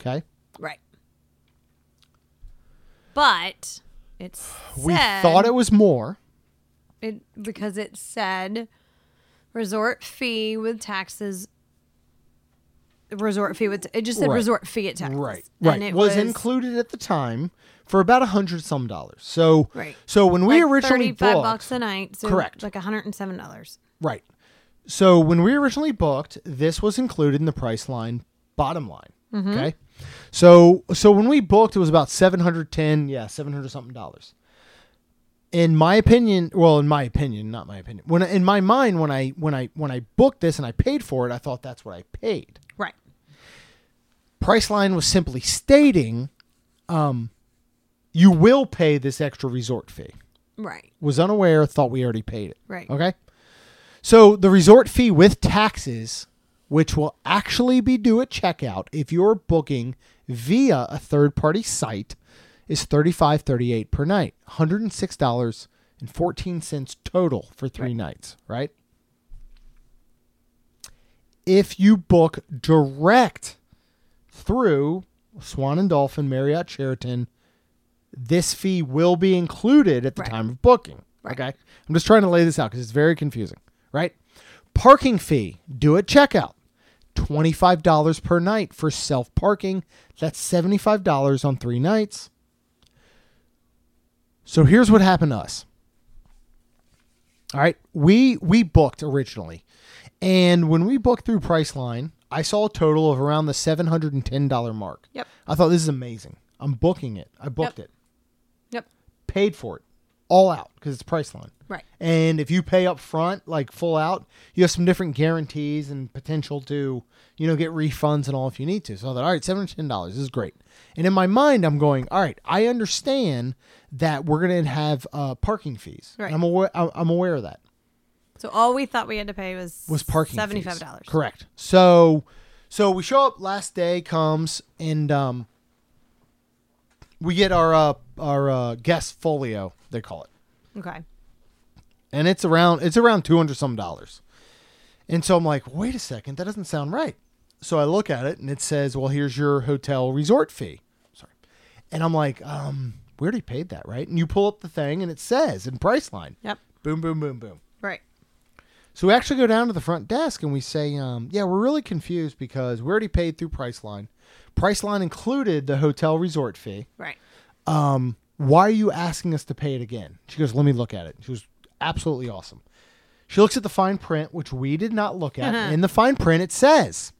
[SPEAKER 1] Okay.
[SPEAKER 2] right But it's
[SPEAKER 1] We thought it was more.
[SPEAKER 2] it because it said resort fee with taxes. Resort fee with it just said
[SPEAKER 1] Right.
[SPEAKER 2] resort fee at taxes.
[SPEAKER 1] Right.
[SPEAKER 2] And
[SPEAKER 1] Right.
[SPEAKER 2] It
[SPEAKER 1] was, included at the time for about a hundred some dollars. So
[SPEAKER 2] Right.
[SPEAKER 1] so when we
[SPEAKER 2] like
[SPEAKER 1] originally
[SPEAKER 2] thirty-five
[SPEAKER 1] booked
[SPEAKER 2] bucks a night. So
[SPEAKER 1] Correct.
[SPEAKER 2] Like hundred and seven dollars.
[SPEAKER 1] Right. So when we originally booked, this was included in the price line bottom line. Okay. So so when we booked, it was about seven hundred ten, yeah, seven hundred something dollars. In my opinion, well, in my opinion, not my opinion. When I- in my mind, when I when I when I booked this and I paid for it, I thought that's what I paid.
[SPEAKER 2] Right.
[SPEAKER 1] Priceline was simply stating, um, you will pay this extra resort fee.
[SPEAKER 2] Right.
[SPEAKER 1] Was unaware, thought we already paid it.
[SPEAKER 2] Right.
[SPEAKER 1] Okay. So the resort fee with taxes, which will actually be due at checkout if you're booking via a third party site, is $35.38 per night, $106.14 total for three nights, right? If you book direct through Swan and Dolphin, Marriott, Sheraton, this fee will be included at the
[SPEAKER 2] Right.
[SPEAKER 1] time of booking. Okay. I'm just trying to lay this out because it's very confusing, right? Parking fee, do at checkout. $25 per night for self parking. That's $75 on three nights. So here's what happened to us. All right, we we booked originally, and when we booked through Priceline, I saw a total of around the seven hundred and ten dollar mark.
[SPEAKER 2] Yep.
[SPEAKER 1] I thought this is amazing. I'm booking it. I booked
[SPEAKER 2] Yep.
[SPEAKER 1] it,
[SPEAKER 2] Yep.
[SPEAKER 1] paid for it, all out because it's Priceline.
[SPEAKER 2] Right.
[SPEAKER 1] And if you pay up front, like full out, you have some different guarantees and potential to, you know, get refunds and all if you need to. So I thought, all right, seven hundred ten dollars is great. And in my mind, I'm going, all right, I understand that we're gonna have uh, parking fees.
[SPEAKER 2] Right.
[SPEAKER 1] I'm aware. I'm aware of that
[SPEAKER 2] So all we thought we had to pay was
[SPEAKER 1] was parking fees.
[SPEAKER 2] seventy five dollars.
[SPEAKER 1] Correct. So, so we show up. Last day comes, and um, we get our uh, our uh, guest folio. They call it,
[SPEAKER 2] Okay.
[SPEAKER 1] and it's around it's around two hundred some dollars. And so I'm like, wait a second, that doesn't sound right. So I look at it, and it says, well, here's your hotel resort fee. Sorry, and I'm like, um, we already paid that, right? And you pull up the thing, and it says in Priceline,
[SPEAKER 2] Yep.
[SPEAKER 1] boom, boom, boom, boom.
[SPEAKER 2] Right.
[SPEAKER 1] So we actually go down to the front desk and we say, um, yeah, we're really confused because we already paid through Priceline. Priceline included the hotel resort fee.
[SPEAKER 2] Right.
[SPEAKER 1] Why are you asking us to pay it again? She goes, let me look at it. She was absolutely awesome. She looks at the fine print, which we did not look at. In the fine print, it says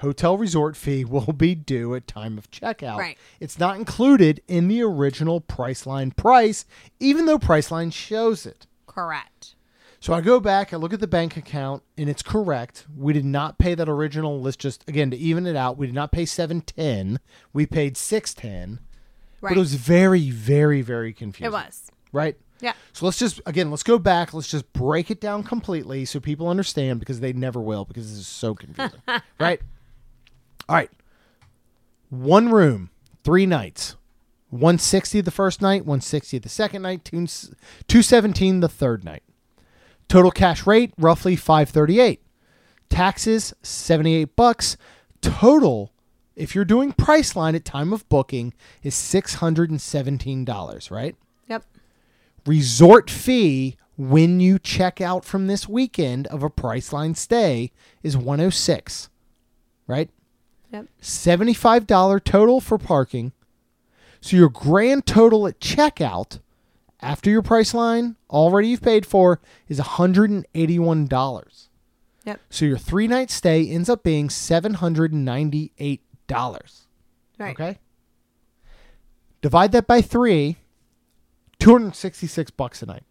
[SPEAKER 1] hotel resort fee will be due at time of checkout.
[SPEAKER 2] Right.
[SPEAKER 1] It's not included in the original Priceline price, even though Priceline shows it.
[SPEAKER 2] Correct.
[SPEAKER 1] So I go back, I look at the bank account, and it's correct. We did not pay that original. Let's just again to even it out. We did not pay seven ten. We paid six ten.
[SPEAKER 2] Right.
[SPEAKER 1] But it was very, very, very confusing.
[SPEAKER 2] It was.
[SPEAKER 1] right.
[SPEAKER 2] Yeah.
[SPEAKER 1] So let's just again let's go back. Let's just break it down completely so people understand because they never will because this is so confusing. right. All right. One room, three nights. 160 the first night, 160 the second night, 2- 217 the third night. Total cash rate roughly 538. Taxes 78 bucks. Total if you're doing Priceline at time of booking is $617, right?
[SPEAKER 2] Yep.
[SPEAKER 1] resort fee when you check out from this weekend of a Priceline stay is 106, right?
[SPEAKER 2] Yep.
[SPEAKER 1] $75 total for parking. So your grand total at checkout after your Priceline already you've paid for is $181.
[SPEAKER 2] Yep.
[SPEAKER 1] So your three night stay ends up being $798.
[SPEAKER 2] Right.
[SPEAKER 1] Okay. Divide that by three, 266 bucks a night.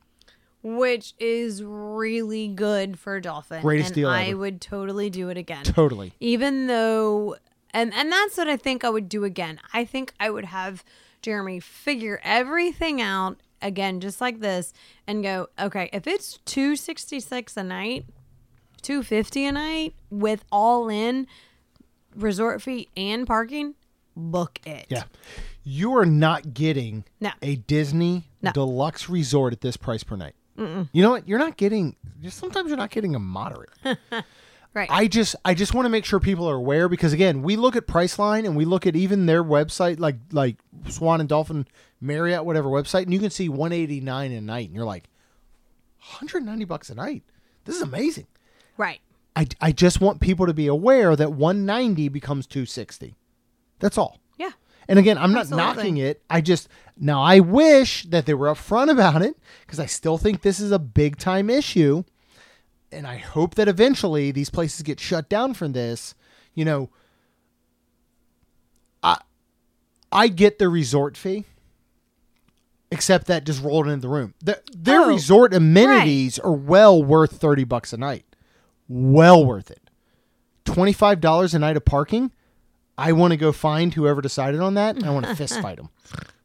[SPEAKER 2] Which is really good for dolphin.
[SPEAKER 1] Greatest
[SPEAKER 2] and
[SPEAKER 1] deal
[SPEAKER 2] I
[SPEAKER 1] ever.
[SPEAKER 2] would totally do it again.
[SPEAKER 1] Totally.
[SPEAKER 2] even though and and that's what I think I would do again. I think I would have Jeremy figure everything out again just like this and go, "Okay, if it's 266 a night, 250 a night with all in resort fee and parking, book it."
[SPEAKER 1] Yeah. You are not getting
[SPEAKER 2] No.
[SPEAKER 1] a Disney
[SPEAKER 2] No.
[SPEAKER 1] deluxe resort at this price per night. You know what? You're not getting, you're- sometimes you're not getting a moderate.
[SPEAKER 2] Right.
[SPEAKER 1] I just I just want to make sure people are aware because again, we look at Priceline and we look at even their website like like Swan and Dolphin Marriott whatever website and you can see 189 a night and you're like 190 bucks a night. This is amazing.
[SPEAKER 2] right.
[SPEAKER 1] I I just want people to be aware that 190 becomes 260. That's all.
[SPEAKER 2] Yeah.
[SPEAKER 1] And again, I'm not
[SPEAKER 2] Absolutely.
[SPEAKER 1] knocking it. I just now I wish that they were upfront about it because I still think this is a big time issue, and I hope that eventually these places get shut down from this. You know, I I get the resort fee, except that just rolled into the room. The, their
[SPEAKER 2] Oh,
[SPEAKER 1] resort amenities are well worth thirty bucks a night, well worth it. Twenty five dollars a night of parking. I want to go find whoever decided on that. And I want to fist fight them.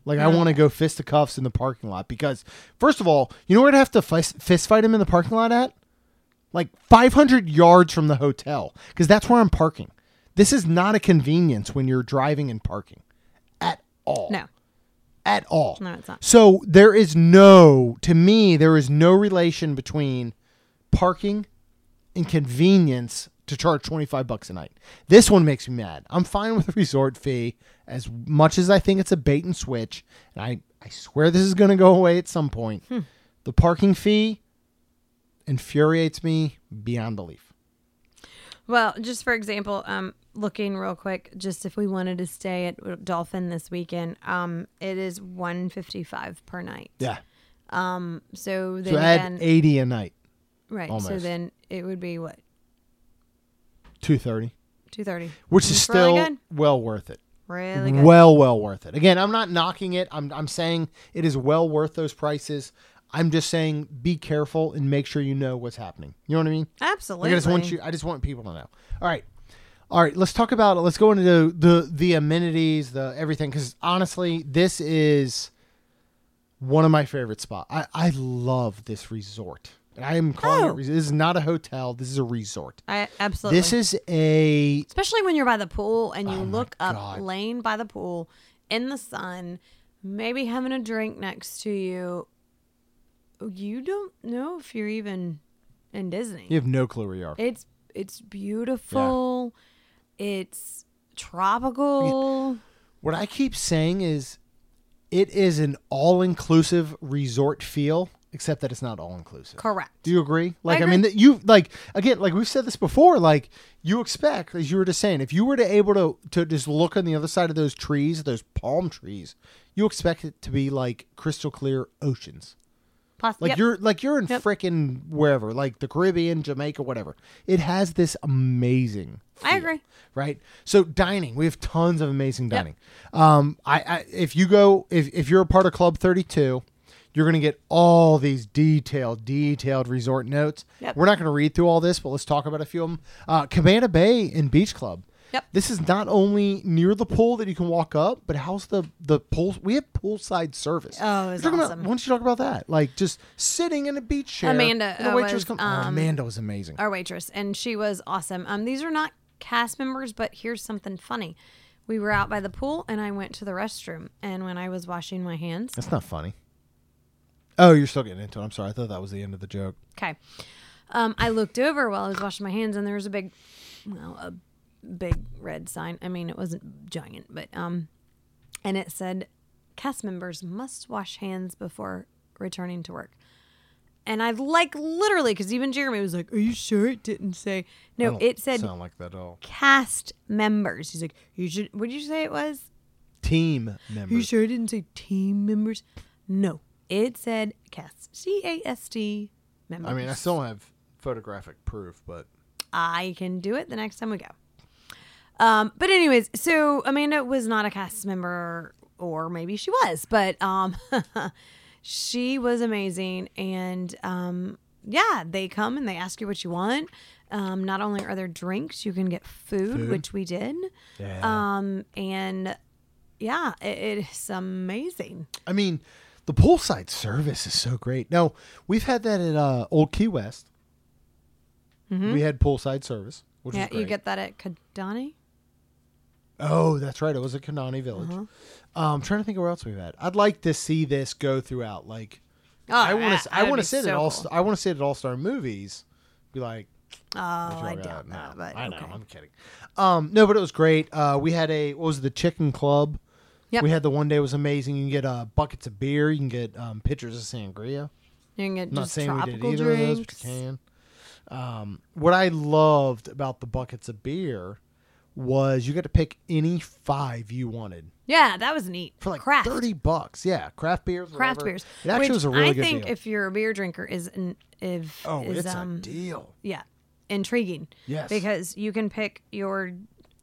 [SPEAKER 1] Like I want to go fist the cuffs in the parking lot because first of all, you know where I'd have to fist, fist fight him in the parking lot at? Like 500 yards from the hotel because that's where I'm parking. This is not a convenience when you're driving and parking at all
[SPEAKER 2] No.
[SPEAKER 1] at all.
[SPEAKER 2] No, it's not.
[SPEAKER 1] So there is no, to me, there is no relation between parking and convenience to charge 25 bucks a night. This one makes me mad. I'm fine with the resort fee as much as I think it's a bait and switch. And I, I swear this is going to go away at some point.
[SPEAKER 2] Hmm.
[SPEAKER 1] The parking fee infuriates me beyond belief.
[SPEAKER 2] Well, just for example, um, looking real quick, just if we wanted to stay at Dolphin this weekend, um, it is one fifty five per night.
[SPEAKER 1] Yeah.
[SPEAKER 2] Um, so then
[SPEAKER 1] So add
[SPEAKER 2] again,
[SPEAKER 1] 80 a night,
[SPEAKER 2] right. So
[SPEAKER 1] almost.
[SPEAKER 2] then it would be what
[SPEAKER 1] 230,
[SPEAKER 2] two thirty,
[SPEAKER 1] which is still
[SPEAKER 2] really good.
[SPEAKER 1] well worth it.
[SPEAKER 2] Really good.
[SPEAKER 1] well well worth it again i'm not knocking it I'm, I'm saying it is well worth those prices i'm just saying be careful and make sure you know what's happening you know what i mean
[SPEAKER 2] Absolutely.
[SPEAKER 1] like, i just want you i just want people to know all right all right let's talk about let's go into the the, the amenities the everything because honestly this is one of my favorite spots i i love this resort and i am calling it
[SPEAKER 2] Oh.
[SPEAKER 1] res- this is not a hotel this is a resort
[SPEAKER 2] I absolutely.
[SPEAKER 1] this is a
[SPEAKER 2] especially when you're by the pool and you look up
[SPEAKER 1] God.
[SPEAKER 2] laying by the pool in the sun maybe having a drink next to you you don't know if you're even in disney
[SPEAKER 1] you have no clue where you are
[SPEAKER 2] it's it's beautiful it's tropical
[SPEAKER 1] What I keep saying is it is an all inclusive resort feel, except that it's not all inclusive.
[SPEAKER 2] correct
[SPEAKER 1] Do you agree? Like, I,
[SPEAKER 2] agree.
[SPEAKER 1] mean, that you like again, like we've said this before. Like, you expect, as you were just saying, if you were to able to to just look on the other side of those trees, those palm trees, you expect it to be like crystal clear oceans.
[SPEAKER 2] Poss-
[SPEAKER 1] Like
[SPEAKER 2] yep.
[SPEAKER 1] you're like you're in
[SPEAKER 2] Yep.
[SPEAKER 1] frickin' wherever, like the Caribbean, Jamaica, whatever. It has this amazing.
[SPEAKER 2] I agree.
[SPEAKER 1] Right. So dining, we have tons of amazing dining. Um, I, I if you go if if you're a part of Club Thirty Two, you're gonna get all these detailed detailed resort notes.
[SPEAKER 2] Yep.
[SPEAKER 1] We're not gonna read through all this, but let's talk about a few of them. Uh, Cabana Bay and Beach Club.
[SPEAKER 2] Yep.
[SPEAKER 1] This is not only near the pool that you can walk up, but how's the the pool? We have poolside service.
[SPEAKER 2] Oh, it's
[SPEAKER 1] You're talking about-
[SPEAKER 2] awesome.
[SPEAKER 1] why don't you talk about that? Like just sitting in a beach chair.
[SPEAKER 2] Amanda,
[SPEAKER 1] and a
[SPEAKER 2] uh,
[SPEAKER 1] waitress
[SPEAKER 2] was,
[SPEAKER 1] come- oh,
[SPEAKER 2] um,
[SPEAKER 1] Amanda was amazing.
[SPEAKER 2] our waitress, and she was awesome. Um, these are not cast members, but here's something funny. We were out by the pool, and I went to the restroom. And when I was washing my hands,
[SPEAKER 1] That's not funny. Oh, you're still getting into it. I'm sorry. I thought that was the end of the joke.
[SPEAKER 2] okay, um, I looked over while I was washing my hands, and there was a big, well, a big red sign. I mean, it wasn't giant, but um, and it said, "Cast members must wash hands before returning to work." And I like literally, because even Jeremy was like, "Are you sure it didn't say?"
[SPEAKER 1] I
[SPEAKER 2] No,
[SPEAKER 1] don't
[SPEAKER 2] it said
[SPEAKER 1] sound like that at all.
[SPEAKER 2] cast members. He's like, you should. What did you say it was?
[SPEAKER 1] Team members.
[SPEAKER 2] sure it didn't say team members? No, it said cast. C A S T members.
[SPEAKER 1] I mean, I still don't have photographic proof, but
[SPEAKER 2] I can do it the next time we go. Um, but anyways, so Amanda was not a cast member, or maybe she was, but um, she was amazing. And um, yeah, they come and they ask you what you want. Um, not only are there drinks, you can get food, which we did.
[SPEAKER 1] Yeah.
[SPEAKER 2] Um, and yeah, it, it is amazing.
[SPEAKER 1] I mean, the poolside service is so great. Now we've had that at uh, Old Key West. We had poolside service, which
[SPEAKER 2] Mm-hmm. yeah,
[SPEAKER 1] was great.
[SPEAKER 2] you get that at Kadani.
[SPEAKER 1] Oh, that's right. It was at Kanani Village. Um,
[SPEAKER 2] Uh-huh.
[SPEAKER 1] I'm trying to think of where else we've had. I'd like to see this go throughout. Like,
[SPEAKER 2] Oh,
[SPEAKER 1] I want
[SPEAKER 2] that-
[SPEAKER 1] to. I
[SPEAKER 2] that would
[SPEAKER 1] want
[SPEAKER 2] be
[SPEAKER 1] to sit
[SPEAKER 2] so
[SPEAKER 1] at all.
[SPEAKER 2] cool.
[SPEAKER 1] I want to sit at All Star Movies. Be like,
[SPEAKER 2] Oh, I doubt
[SPEAKER 1] no,
[SPEAKER 2] that. But
[SPEAKER 1] I know.
[SPEAKER 2] okay.
[SPEAKER 1] I'm kidding. Um, no, but it was great. Uh, we had a what was it, the chicken club.
[SPEAKER 2] Yep.
[SPEAKER 1] We had the one day was amazing. You can get uh, buckets of beer. You can get um, pitchers of sangria.
[SPEAKER 2] You can get
[SPEAKER 1] I'm not
[SPEAKER 2] just
[SPEAKER 1] saying we did
[SPEAKER 2] tropical
[SPEAKER 1] either of those, but
[SPEAKER 2] drinks.
[SPEAKER 1] you can. Um, what I loved about the buckets of beer was you got to pick any five you wanted
[SPEAKER 2] Yeah, that was neat.
[SPEAKER 1] for like
[SPEAKER 2] craft,
[SPEAKER 1] thirty bucks. Yeah, craft beers.
[SPEAKER 2] craft
[SPEAKER 1] whatever.
[SPEAKER 2] beers.
[SPEAKER 1] It actually
[SPEAKER 2] which
[SPEAKER 1] was a really
[SPEAKER 2] I
[SPEAKER 1] good
[SPEAKER 2] think
[SPEAKER 1] deal.
[SPEAKER 2] if you're a beer drinker is an, if
[SPEAKER 1] oh,
[SPEAKER 2] is,
[SPEAKER 1] it's
[SPEAKER 2] um
[SPEAKER 1] a deal.
[SPEAKER 2] yeah intriguing.
[SPEAKER 1] Yes.
[SPEAKER 2] because you can pick your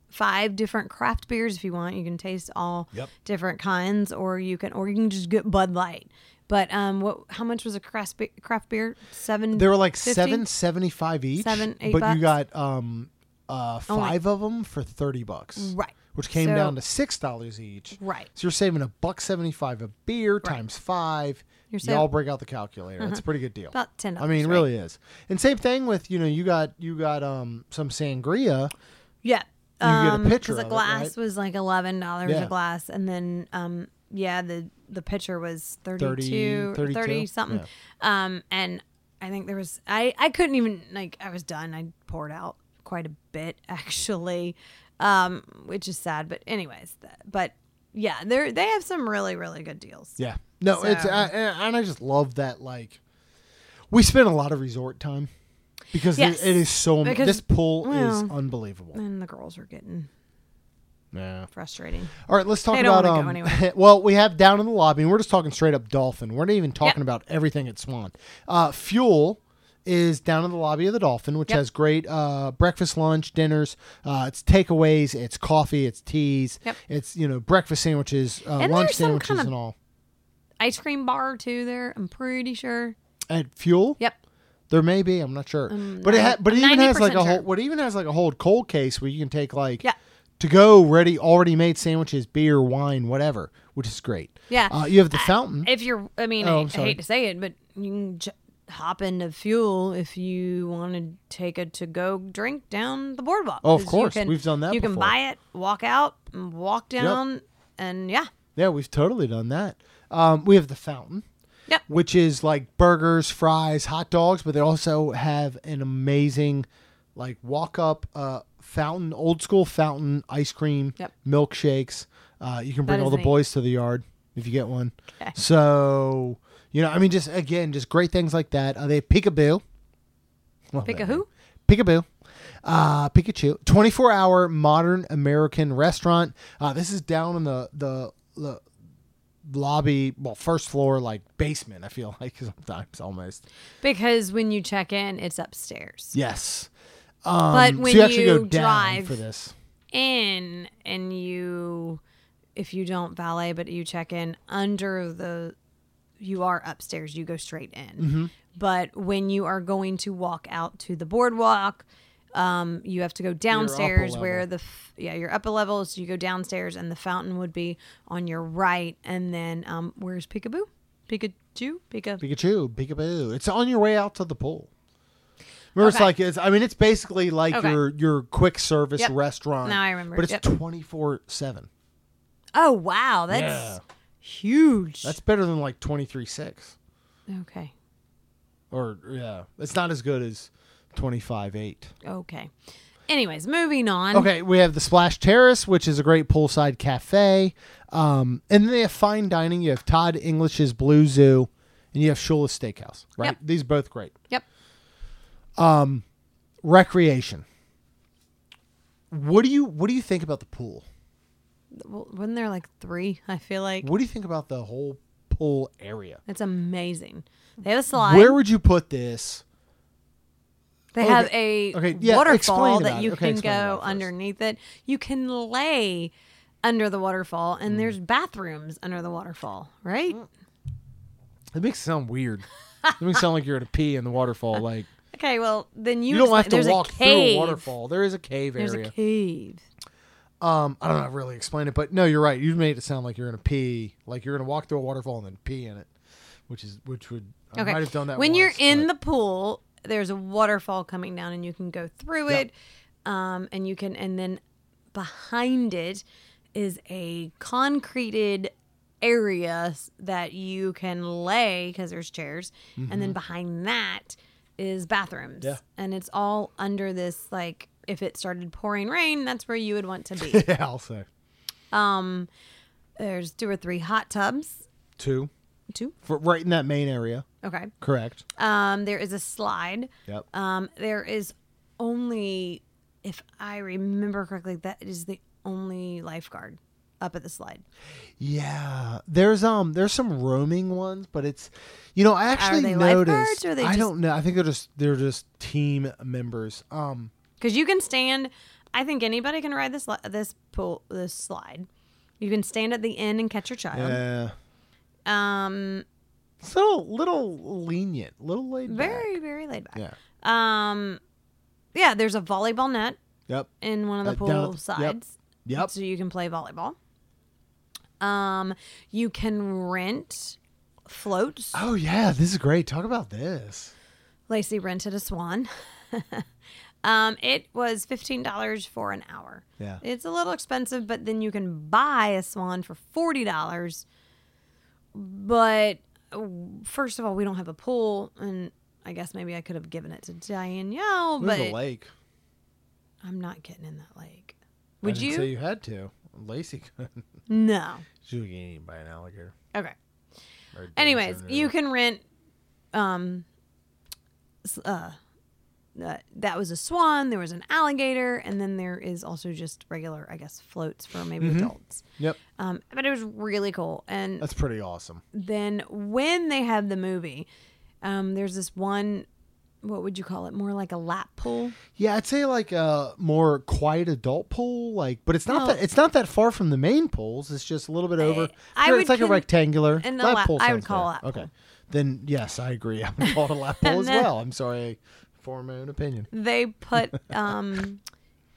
[SPEAKER 2] five different craft beers if you want. You can taste all
[SPEAKER 1] Yep.
[SPEAKER 2] different kinds, or you can or you can just get Bud Light. But um, what? How much was a craft be- craft beer? Seven.
[SPEAKER 1] They were like
[SPEAKER 2] $50?
[SPEAKER 1] seven seventy five each.
[SPEAKER 2] Seven, eight
[SPEAKER 1] but
[SPEAKER 2] bucks?
[SPEAKER 1] you got um uh
[SPEAKER 2] Oh my-
[SPEAKER 1] five of 'em of them for thirty bucks.
[SPEAKER 2] Right.
[SPEAKER 1] Which came
[SPEAKER 2] So-
[SPEAKER 1] down to six dollars each.
[SPEAKER 2] Right.
[SPEAKER 1] So you're saving a buck seventy five a beer times five.
[SPEAKER 2] You're Uh-huh.
[SPEAKER 1] you all
[SPEAKER 2] saving-
[SPEAKER 1] break out the calculator. It's a pretty good deal.
[SPEAKER 2] About $10,
[SPEAKER 1] I mean,
[SPEAKER 2] right?
[SPEAKER 1] really is. And same thing with you know you got you got um some sangria.
[SPEAKER 2] Yeah.
[SPEAKER 1] You get a
[SPEAKER 2] Um, 'cause
[SPEAKER 1] pitcher of it,
[SPEAKER 2] glass
[SPEAKER 1] right?
[SPEAKER 2] was like eleven dollars
[SPEAKER 1] Yeah.
[SPEAKER 2] a glass, and then um, yeah, the the pitcher was
[SPEAKER 1] 30,
[SPEAKER 2] 32, 30,
[SPEAKER 1] 32?
[SPEAKER 2] something. Um, and I think there was I I couldn't even like I was done. I poured out quite a bit actually, um, which is sad. But anyways, that, but yeah, they they have some really really good deals.
[SPEAKER 1] Yeah. No, it's
[SPEAKER 2] So-
[SPEAKER 1] I, and and I just love that like we spend a lot of resort time because it-
[SPEAKER 2] Yes.
[SPEAKER 1] it is so
[SPEAKER 2] Because-
[SPEAKER 1] this pool is
[SPEAKER 2] well,
[SPEAKER 1] unbelievable.
[SPEAKER 2] And the girls are getting
[SPEAKER 1] Yeah.
[SPEAKER 2] frustrating.
[SPEAKER 1] All right, let's talk
[SPEAKER 2] They don't
[SPEAKER 1] about um.
[SPEAKER 2] wanna go anyway.
[SPEAKER 1] well, we have down in the lobby, and we're just talking straight up dolphin. We're not even talking about everything at Swan. Uh, Fuel is down in the lobby of the Dolphin, which
[SPEAKER 2] Yep.
[SPEAKER 1] has great uh, breakfast, lunch, dinners. Uh, it's takeaways, it's coffee, it's teas,
[SPEAKER 2] Yep.
[SPEAKER 1] it's you know breakfast sandwiches, uh,
[SPEAKER 2] And
[SPEAKER 1] lunch
[SPEAKER 2] there's some
[SPEAKER 1] sandwiches,
[SPEAKER 2] kind of-
[SPEAKER 1] and all.
[SPEAKER 2] Ice cream bar too. There, I'm pretty sure.
[SPEAKER 1] At Fuel,
[SPEAKER 2] Yep.
[SPEAKER 1] there may be. I'm not sure, but it ha- but it
[SPEAKER 2] I'm
[SPEAKER 1] even has like a
[SPEAKER 2] 90%
[SPEAKER 1] whole.
[SPEAKER 2] sure.
[SPEAKER 1] What even has like a whole cold case where you can take like.
[SPEAKER 2] Yeah.
[SPEAKER 1] To go ready, already made sandwiches, beer, wine, whatever, which is great.
[SPEAKER 2] Yeah.
[SPEAKER 1] Uh, you have the fountain.
[SPEAKER 2] if you're i mean
[SPEAKER 1] Oh,
[SPEAKER 2] I,
[SPEAKER 1] I'm
[SPEAKER 2] I
[SPEAKER 1] sorry.
[SPEAKER 2] hate to say it but you can j- hop into fuel if you want to take a to-go drink down the boardwalk
[SPEAKER 1] Oh, of
[SPEAKER 2] 'Cause you
[SPEAKER 1] course. We've done that
[SPEAKER 2] you can
[SPEAKER 1] before.
[SPEAKER 2] buy it walk out and walk down and yeah
[SPEAKER 1] Yeah, we've totally done that. Um, we have the fountain,
[SPEAKER 2] Yep.
[SPEAKER 1] which is like burgers, fries, hot dogs, but they also have an amazing, like walk up uh, fountain, old school fountain, ice cream,
[SPEAKER 2] Yep.
[SPEAKER 1] milkshakes. Uh, you can bring
[SPEAKER 2] is
[SPEAKER 1] all the
[SPEAKER 2] neat.
[SPEAKER 1] boys to the yard if you get one.
[SPEAKER 2] 'Kay.
[SPEAKER 1] So you know, I mean, just again, just great things like that. Uh, they have peekaboo. Love
[SPEAKER 2] Pick
[SPEAKER 1] that
[SPEAKER 2] a
[SPEAKER 1] name.
[SPEAKER 2] who?
[SPEAKER 1] Peekaboo. Uh, Pikachu. 24 hour modern American restaurant. Uh, this is down in the, the, the lobby, well, first floor, like basement, I feel like sometimes almost.
[SPEAKER 2] Because when you check in, it's upstairs.
[SPEAKER 1] Yes.
[SPEAKER 2] but
[SPEAKER 1] Um,
[SPEAKER 2] when
[SPEAKER 1] so you actually go down
[SPEAKER 2] drive
[SPEAKER 1] for this.
[SPEAKER 2] in and you, if you don't valet, but you check in under the, you are upstairs, you go straight in.
[SPEAKER 1] Mm-hmm.
[SPEAKER 2] But when you are going to walk out to the boardwalk, um, you have to go downstairs
[SPEAKER 1] level.
[SPEAKER 2] where the, f- yeah, you're upper level. So you go downstairs and the fountain would be on your right. And then um, where's Peekaboo? Pikachu? Pika.
[SPEAKER 1] Pikachu, Peekaboo. It's on your way out to the pool. Remember, it's
[SPEAKER 2] Okay.
[SPEAKER 1] like it's. I mean, it's basically like
[SPEAKER 2] Okay.
[SPEAKER 1] your your quick service
[SPEAKER 2] Yep.
[SPEAKER 1] restaurant.
[SPEAKER 2] Now I remember.
[SPEAKER 1] but it's
[SPEAKER 2] Yep.
[SPEAKER 1] twenty four seven.
[SPEAKER 2] Oh, wow. That's huge.
[SPEAKER 1] That's better than like twenty three six.
[SPEAKER 2] okay.
[SPEAKER 1] or yeah, it's not as good as twenty five eight.
[SPEAKER 2] Okay. Anyways, moving on.
[SPEAKER 1] Okay, we have the Splash Terrace, which is a great poolside cafe, um, and then they have fine dining. You have Todd English's Blue Zoo, and you have Shula's Steakhouse. Right,
[SPEAKER 2] Yep.
[SPEAKER 1] these are both great.
[SPEAKER 2] Yep.
[SPEAKER 1] Recreation. What do you What do you think about the pool?
[SPEAKER 2] Well, wasn't there like three? I feel like
[SPEAKER 1] What do you think about the whole pool area?
[SPEAKER 2] it's amazing. They have a slide.
[SPEAKER 1] Where would you put this?
[SPEAKER 2] they have
[SPEAKER 1] okay.
[SPEAKER 2] a
[SPEAKER 1] Okay, yeah,
[SPEAKER 2] waterfall
[SPEAKER 1] explain
[SPEAKER 2] that
[SPEAKER 1] about it.
[SPEAKER 2] you
[SPEAKER 1] Okay,
[SPEAKER 2] can
[SPEAKER 1] explain about it
[SPEAKER 2] go
[SPEAKER 1] first.
[SPEAKER 2] underneath it. You can lay under the waterfall,
[SPEAKER 1] Mm.
[SPEAKER 2] and there's bathrooms under the waterfall, right?
[SPEAKER 1] It makes it sound weird. it makes it sound like you're at a pee in the waterfall. Like
[SPEAKER 2] Okay, well then you,
[SPEAKER 1] you don't
[SPEAKER 2] explain-
[SPEAKER 1] have to
[SPEAKER 2] there's
[SPEAKER 1] walk
[SPEAKER 2] a
[SPEAKER 1] through
[SPEAKER 2] cave.
[SPEAKER 1] a waterfall. There is a cave
[SPEAKER 2] There's
[SPEAKER 1] area.
[SPEAKER 2] a cave.
[SPEAKER 1] Um, I don't know how to really explain it, but no, you're right. You've made it sound like you're gonna pee, like you're gonna walk through a waterfall and then pee in it, which is which would I
[SPEAKER 2] Okay.
[SPEAKER 1] might have done that
[SPEAKER 2] when you're
[SPEAKER 1] once,
[SPEAKER 2] in
[SPEAKER 1] but-
[SPEAKER 2] the pool, there's a waterfall coming down, and you can go through
[SPEAKER 1] Yeah.
[SPEAKER 2] it, um, and you can, and then behind it is a concreted area s- that you can lay because there's chairs, and then behind that is bathrooms.
[SPEAKER 1] Mm-hmm. Yeah.
[SPEAKER 2] And it's all under this like if it started pouring rain, that's where you would want to be.
[SPEAKER 1] Yeah, also
[SPEAKER 2] um there's two or three hot tubs.
[SPEAKER 1] two
[SPEAKER 2] Two.
[SPEAKER 1] for right in that main area.
[SPEAKER 2] Okay.
[SPEAKER 1] Correct.
[SPEAKER 2] Um there is a slide.
[SPEAKER 1] Yep.
[SPEAKER 2] Um there is only if I remember correctly that is the only lifeguard up at the slide.
[SPEAKER 1] Yeah, there's um there's some roaming ones, but it's you know I actually
[SPEAKER 2] they lifeguards
[SPEAKER 1] noticed
[SPEAKER 2] or are they
[SPEAKER 1] I
[SPEAKER 2] just-
[SPEAKER 1] don't know I think they're just they're just team members. Um,
[SPEAKER 2] Because you can stand. I think anybody can ride this li- this pool this slide. You can stand at the end and catch your child.
[SPEAKER 1] yeah,
[SPEAKER 2] Um,
[SPEAKER 1] so little lenient, little laid back.
[SPEAKER 2] very very laid back.
[SPEAKER 1] Yeah.
[SPEAKER 2] Um, yeah. There's a volleyball net
[SPEAKER 1] Yep.
[SPEAKER 2] in one of the
[SPEAKER 1] Uh,
[SPEAKER 2] pool
[SPEAKER 1] down at the- yep.
[SPEAKER 2] sides,
[SPEAKER 1] Yep.
[SPEAKER 2] so you can play volleyball. Um, you can rent floats.
[SPEAKER 1] Oh yeah, this is great. Talk about this.
[SPEAKER 2] Lacey rented a swan. um, it was fifteen dollars for an hour.
[SPEAKER 1] Yeah.
[SPEAKER 2] It's a little expensive, but then you can buy a swan for forty dollars. But uh, first of all, we don't have a pool, and I guess maybe I could have given it to Danielle,
[SPEAKER 1] There's
[SPEAKER 2] but
[SPEAKER 1] a lake.
[SPEAKER 2] I'm not getting in that lake.
[SPEAKER 1] I
[SPEAKER 2] Would
[SPEAKER 1] didn't
[SPEAKER 2] you?
[SPEAKER 1] say you had to? Lacey couldn't.
[SPEAKER 2] No.
[SPEAKER 1] She was getting eaten by an alligator.
[SPEAKER 2] Okay.
[SPEAKER 1] or a
[SPEAKER 2] Anyways,
[SPEAKER 1] dinosaur.
[SPEAKER 2] you can rent. Um. s- Uh, that that was a swan. There was an alligator, and then there is also just regular, I guess, floats for maybe adults.
[SPEAKER 1] Yep,
[SPEAKER 2] Um, but it was really cool, and
[SPEAKER 1] Mm-hmm. that's pretty awesome.
[SPEAKER 2] then when they have the movie, um, there's this one. What would you call it? More like a lap pool.
[SPEAKER 1] Yeah, I'd say like a more quiet adult pool, like, but it's not
[SPEAKER 2] Well-
[SPEAKER 1] that it's not that far from the main pools. It's just a little bit over.
[SPEAKER 2] I
[SPEAKER 1] Sure,
[SPEAKER 2] would
[SPEAKER 1] it's like a
[SPEAKER 2] con-
[SPEAKER 1] rectangular
[SPEAKER 2] and a
[SPEAKER 1] lap
[SPEAKER 2] lap-
[SPEAKER 1] pool.
[SPEAKER 2] I would
[SPEAKER 1] sounds
[SPEAKER 2] call
[SPEAKER 1] better.
[SPEAKER 2] a lap pool.
[SPEAKER 1] Okay, then yes, I agree. I would call it a lap pool as
[SPEAKER 2] then-
[SPEAKER 1] well. I'm sorry, I form my own opinion.
[SPEAKER 2] They put um,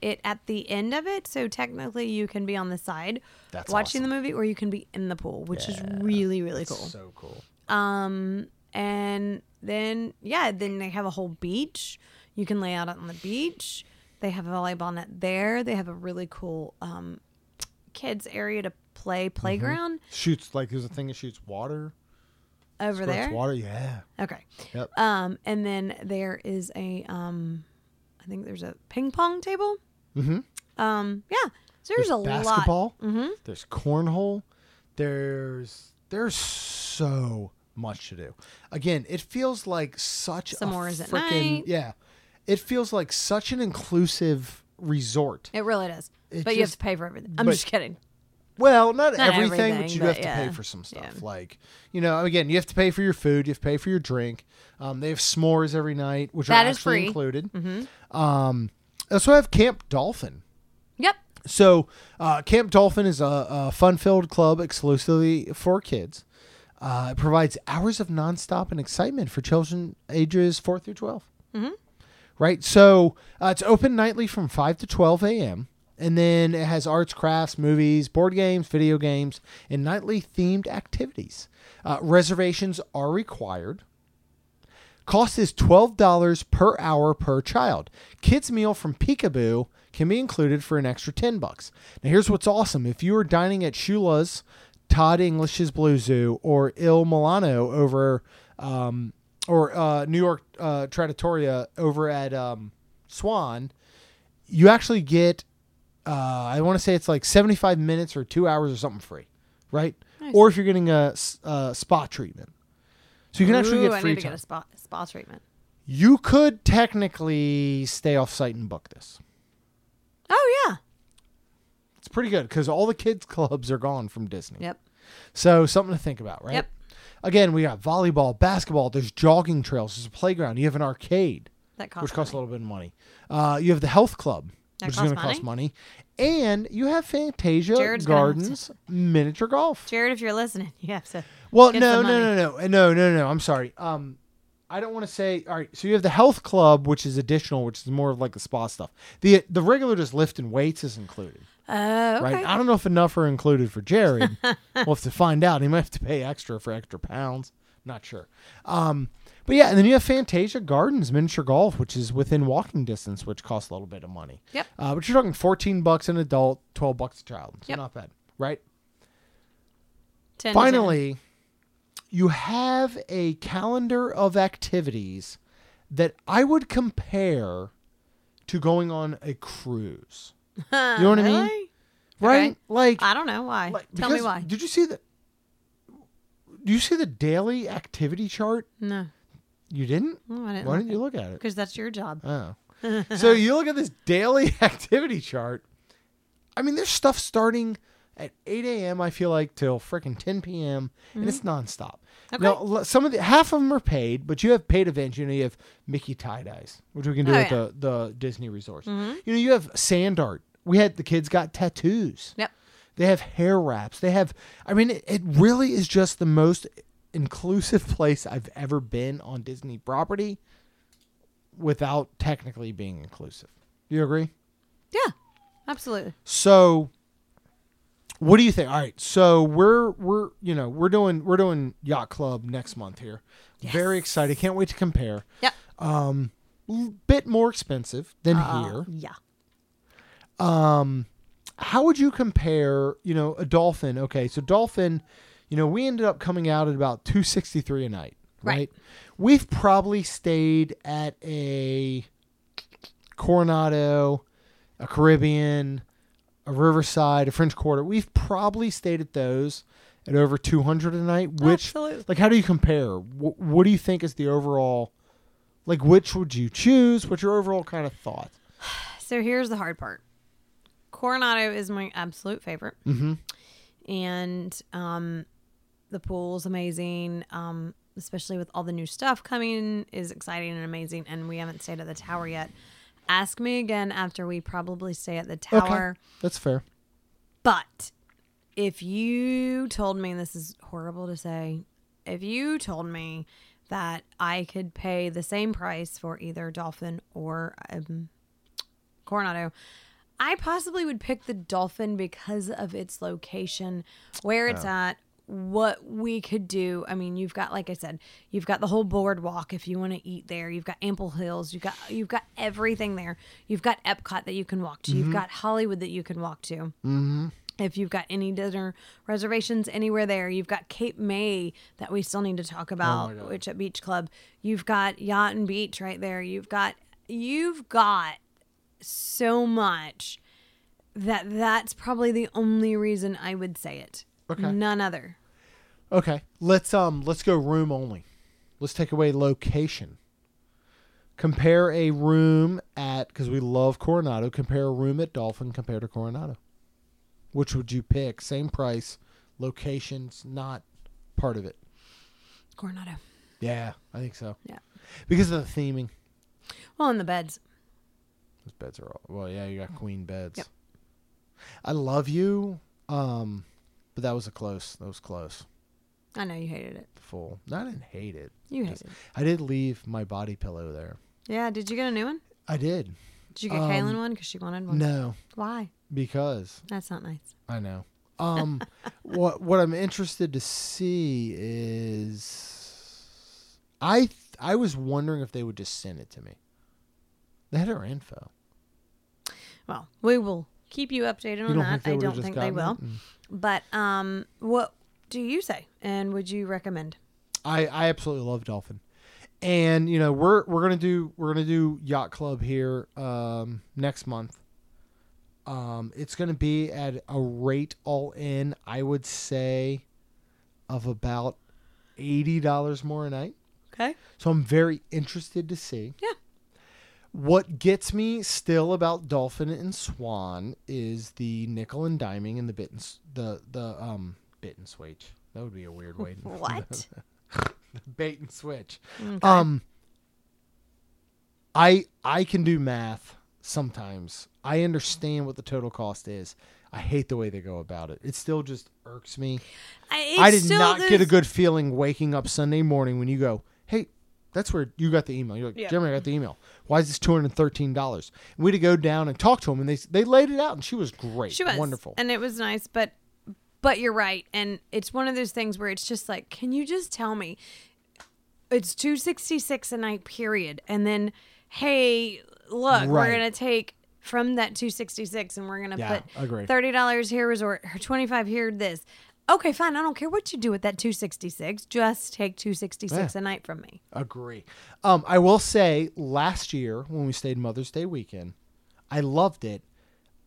[SPEAKER 2] it at the end of it, so technically you can be on the side
[SPEAKER 1] That's
[SPEAKER 2] watching the movie, or you can be in the pool, which is really really cool.
[SPEAKER 1] So cool.
[SPEAKER 2] Um, and then yeah, then they have a whole beach. You can lay out on the beach. They have a volleyball net there. They have a really cool um, kids area to play
[SPEAKER 1] Mm-hmm.
[SPEAKER 2] playground
[SPEAKER 1] Shoots like there's a thing that shoots water.
[SPEAKER 2] over
[SPEAKER 1] squirts
[SPEAKER 2] there.
[SPEAKER 1] water. Yeah.
[SPEAKER 2] Okay.
[SPEAKER 1] Yep.
[SPEAKER 2] Um, and then there is a um, I think there's a ping pong table. Mm-hmm. Um, yeah. So there's, a lot. Mm-hmm.
[SPEAKER 1] basketball. There's cornhole. There's there's so much to do. Again, it feels like such
[SPEAKER 2] Some
[SPEAKER 1] a
[SPEAKER 2] more is at
[SPEAKER 1] frickin-
[SPEAKER 2] night.
[SPEAKER 1] yeah. It feels like such an inclusive resort.
[SPEAKER 2] It really does.
[SPEAKER 1] It
[SPEAKER 2] but you have
[SPEAKER 1] just-
[SPEAKER 2] to pay for everything. I'm
[SPEAKER 1] but-
[SPEAKER 2] just kidding.
[SPEAKER 1] Well, not,
[SPEAKER 2] Not
[SPEAKER 1] everything, but
[SPEAKER 2] everything,
[SPEAKER 1] you
[SPEAKER 2] but
[SPEAKER 1] have to
[SPEAKER 2] yeah.
[SPEAKER 1] pay for some stuff.
[SPEAKER 2] Yeah.
[SPEAKER 1] Like you know, again, you have to pay for your food, you have to pay for your drink. Um, they have s'mores every night, which
[SPEAKER 2] That
[SPEAKER 1] are
[SPEAKER 2] is
[SPEAKER 1] actually
[SPEAKER 2] free. Mm-hmm.
[SPEAKER 1] included. Um, they also have Camp Dolphin.
[SPEAKER 2] Yep.
[SPEAKER 1] So, uh, Camp Dolphin is a, a fun filled club exclusively for kids. Uh, it provides hours of nonstop and excitement for children ages 4 through 12. Mm-hmm. Right? So, uh, it's open nightly from 5 to 12 a.m. And then it has arts, crafts, movies, board games, video games, and nightly themed activities. Uh, reservations are required. Cost is $12 per hour per child. Kids meal from Peekaboo can be included for an extra 10 bucks. Now here's what's awesome. If you are dining at Shula's, Todd English's Blue Zoo or Il Milano over um, or uh, New York uh, Trattoria over at um, Swan, you actually get uh, I want to say it's like 75 minutes or 2 hours or something free, right? Or if you're getting a, s- a spa treatment. So you can actually
[SPEAKER 2] Ooh,
[SPEAKER 1] get
[SPEAKER 2] I
[SPEAKER 1] free
[SPEAKER 2] need to
[SPEAKER 1] time
[SPEAKER 2] get a spa, spa treatment.
[SPEAKER 1] you could technically stay off site and book this.
[SPEAKER 2] Oh yeah.
[SPEAKER 1] It's pretty good because all the kids clubs are gone from Disney.
[SPEAKER 2] Yep.
[SPEAKER 1] So something to think about, right?
[SPEAKER 2] Yep.
[SPEAKER 1] Again, we got volleyball, basketball. There's jogging trails. There's a playground. You have an arcade,
[SPEAKER 2] That costs.
[SPEAKER 1] which costs a little bit of money. Uh, you have the health club,
[SPEAKER 2] That
[SPEAKER 1] which is going to
[SPEAKER 2] costs
[SPEAKER 1] cost money, and you have Fantasia
[SPEAKER 2] Jared's gonna have to-
[SPEAKER 1] Gardens miniature golf.
[SPEAKER 2] Jared, if you're listening, you have to.
[SPEAKER 1] Well,
[SPEAKER 2] get
[SPEAKER 1] no,
[SPEAKER 2] some
[SPEAKER 1] no, no, no, no, no, no, no. I'm sorry. Um, I don't want to say. All right, so you have the health club, which is additional, which is more of like the spa stuff. the The regular just lifting weights is included,
[SPEAKER 2] Oh, okay.
[SPEAKER 1] right? I don't know if enough are included for Jared. we'll have to find out. He might have to pay extra for extra pounds. Not sure. Um, but yeah, and then you have Fantasia Gardens miniature golf, which is within walking distance, which costs a little bit of money.
[SPEAKER 2] Yep.
[SPEAKER 1] Uh, but you're talking 14 bucks an adult, 12 bucks a child. So
[SPEAKER 2] Yep.
[SPEAKER 1] not bad, right?
[SPEAKER 2] Ten to ten.
[SPEAKER 1] finally, you have a calendar of activities that I would compare to going on a cruise. You know what I mean?
[SPEAKER 2] Really?
[SPEAKER 1] Right?
[SPEAKER 2] Okay.
[SPEAKER 1] Like,
[SPEAKER 2] I don't know why.
[SPEAKER 1] like
[SPEAKER 2] Tell me
[SPEAKER 1] because-
[SPEAKER 2] why.
[SPEAKER 1] Did you see the? Do you see the daily activity chart?
[SPEAKER 2] No.
[SPEAKER 1] You didn't.
[SPEAKER 2] No, I didn't
[SPEAKER 1] Why
[SPEAKER 2] look
[SPEAKER 1] didn't you look at it?
[SPEAKER 2] Because that's your job.
[SPEAKER 1] Oh. so you look at this daily activity chart. I mean, there's stuff starting at 8 a.m. I feel like till freaking 10 p.m. and it's nonstop.
[SPEAKER 2] Mm-hmm. Okay.
[SPEAKER 1] Now l- some of the half of them are paid, but you have paid events. You know, you have Mickey tie dyes, which we can do
[SPEAKER 2] Oh,
[SPEAKER 1] at
[SPEAKER 2] yeah. Mm-hmm.
[SPEAKER 1] the the Disney resorts. You know, you have sand art. We had the kids got tattoos.
[SPEAKER 2] Yep.
[SPEAKER 1] They have hair wraps. They have. I mean, it, it really is just the most inclusive place I've ever been on Disney property, without technically being inclusive. Do you agree?
[SPEAKER 2] Yeah. Absolutely.
[SPEAKER 1] So, what do you think? All right, so we're we're you know we're doing we're doing yacht club next month here. Very excited. Can't wait to compare.
[SPEAKER 2] Yep.
[SPEAKER 1] L- bit more expensive than here.
[SPEAKER 2] Yeah.
[SPEAKER 1] how would you compare you know a dolphin okay so dolphin you know we ended up coming out at about 263 a night right,
[SPEAKER 2] Right.
[SPEAKER 1] we've probably stayed at a coronado a caribbean a riverside a french quarter we've probably stayed at those at over 200 a night which
[SPEAKER 2] Absolutely.
[SPEAKER 1] like how do you compare Wh- what do you think is the overall like which would you choose what's your overall kind of thought
[SPEAKER 2] So here's the hard part. Coronado is my absolute favorite. Mm-hmm. And um, the pool's amazing, um, especially with all the new stuff coming is exciting and amazing. And we haven't stayed at the tower yet. Ask me again after we probably stay at the tower.
[SPEAKER 1] that's fair
[SPEAKER 2] But if you told me, this is horrible to say, if you told me that I could pay the same price for either Dolphin or um, Coronado, I possibly would pick the Dolphin because of its location, where it's at. What we could do, I mean, you've got, like I said, you've got the whole boardwalk if you want to eat there. You've got Ample Hills. You've got you've got everything there. You've got Epcot that you can walk to. You've got Hollywood that you can walk to if you've got any dinner reservations anywhere there you've got cape may that we still need to
[SPEAKER 1] Oh
[SPEAKER 2] talk about which at beach club you've got yacht and beach right there you've got you've got so much that that's probably the only reason i would say it
[SPEAKER 1] Okay.
[SPEAKER 2] none other
[SPEAKER 1] Okay. Let's um let's go room only. Let's take away location. Compare a room at cuz we love Coronado, compare a room at Dolphin compared to Coronado. Which would you pick? Same price, location's not part of it.
[SPEAKER 2] coronado
[SPEAKER 1] Yeah, I think so.
[SPEAKER 2] yeah
[SPEAKER 1] Because of the theming.
[SPEAKER 2] well in the beds
[SPEAKER 1] Those beds are all Well, yeah, you got queen beds.
[SPEAKER 2] Yep.
[SPEAKER 1] I love you. Um but that was a close. That was close.
[SPEAKER 2] i know you hated it
[SPEAKER 1] Full. No, I didn't hate it.
[SPEAKER 2] you hated it
[SPEAKER 1] I did leave my body pillow there.
[SPEAKER 2] yeah did you get a new one
[SPEAKER 1] I did.
[SPEAKER 2] did you get
[SPEAKER 1] Um,
[SPEAKER 2] kaylin one because she wanted one
[SPEAKER 1] No,
[SPEAKER 2] why
[SPEAKER 1] because
[SPEAKER 2] that's not nice
[SPEAKER 1] I know. Um, what what I'm interested to see is, I th- I was wondering if they would just send it to me. They had our info.
[SPEAKER 2] Well, we will keep you updated on
[SPEAKER 1] don't think
[SPEAKER 2] that.
[SPEAKER 1] they
[SPEAKER 2] I
[SPEAKER 1] would've
[SPEAKER 2] don't
[SPEAKER 1] just
[SPEAKER 2] think they will.
[SPEAKER 1] gotten it?
[SPEAKER 2] But um, what do you say? And would you recommend?
[SPEAKER 1] I I absolutely love dolphin, and you know we're we're gonna do we're gonna do yacht club here um next month. Um, it's gonna be at a rate all in. I would say, of about eighty dollars more a night.
[SPEAKER 2] Okay.
[SPEAKER 1] So I'm very interested to see.
[SPEAKER 2] Yeah.
[SPEAKER 1] What gets me still about Dolphin and Swan is the nickel and diming and the bit and s- the the um bit and switch. That would be a weird way. to-
[SPEAKER 2] What?
[SPEAKER 1] bait and switch. Um, I I can do math sometimes. I understand what the total cost is. I hate the way they go about it. It still just irks me.
[SPEAKER 2] I,
[SPEAKER 1] I
[SPEAKER 2] it's
[SPEAKER 1] did
[SPEAKER 2] still-
[SPEAKER 1] not get a
[SPEAKER 2] there's-
[SPEAKER 1] good feeling waking up Sunday morning when you go, hey, that's where you got the email. You're like,
[SPEAKER 2] Yeah.
[SPEAKER 1] Jeremy, I got the email. Why is this two hundred thirteen dollars? We had to go down and talk to him, and they they laid it out, and she was great,
[SPEAKER 2] She was
[SPEAKER 1] wonderful.
[SPEAKER 2] and it was nice. But but you're right, and it's one of those things where it's just like, can you just tell me? It's two sixty six a night, period. And then, hey, look,
[SPEAKER 1] Right.
[SPEAKER 2] we're gonna take from that two sixty six, and we're gonna
[SPEAKER 1] Yeah,
[SPEAKER 2] put
[SPEAKER 1] agree.
[SPEAKER 2] thirty dollars here resort, or twenty five here this. Okay, fine. I don't care what you do with that 266. Just take 266 a night from me.
[SPEAKER 1] Agree. Um, I will say, last year when we stayed Mother's Day weekend, I loved it.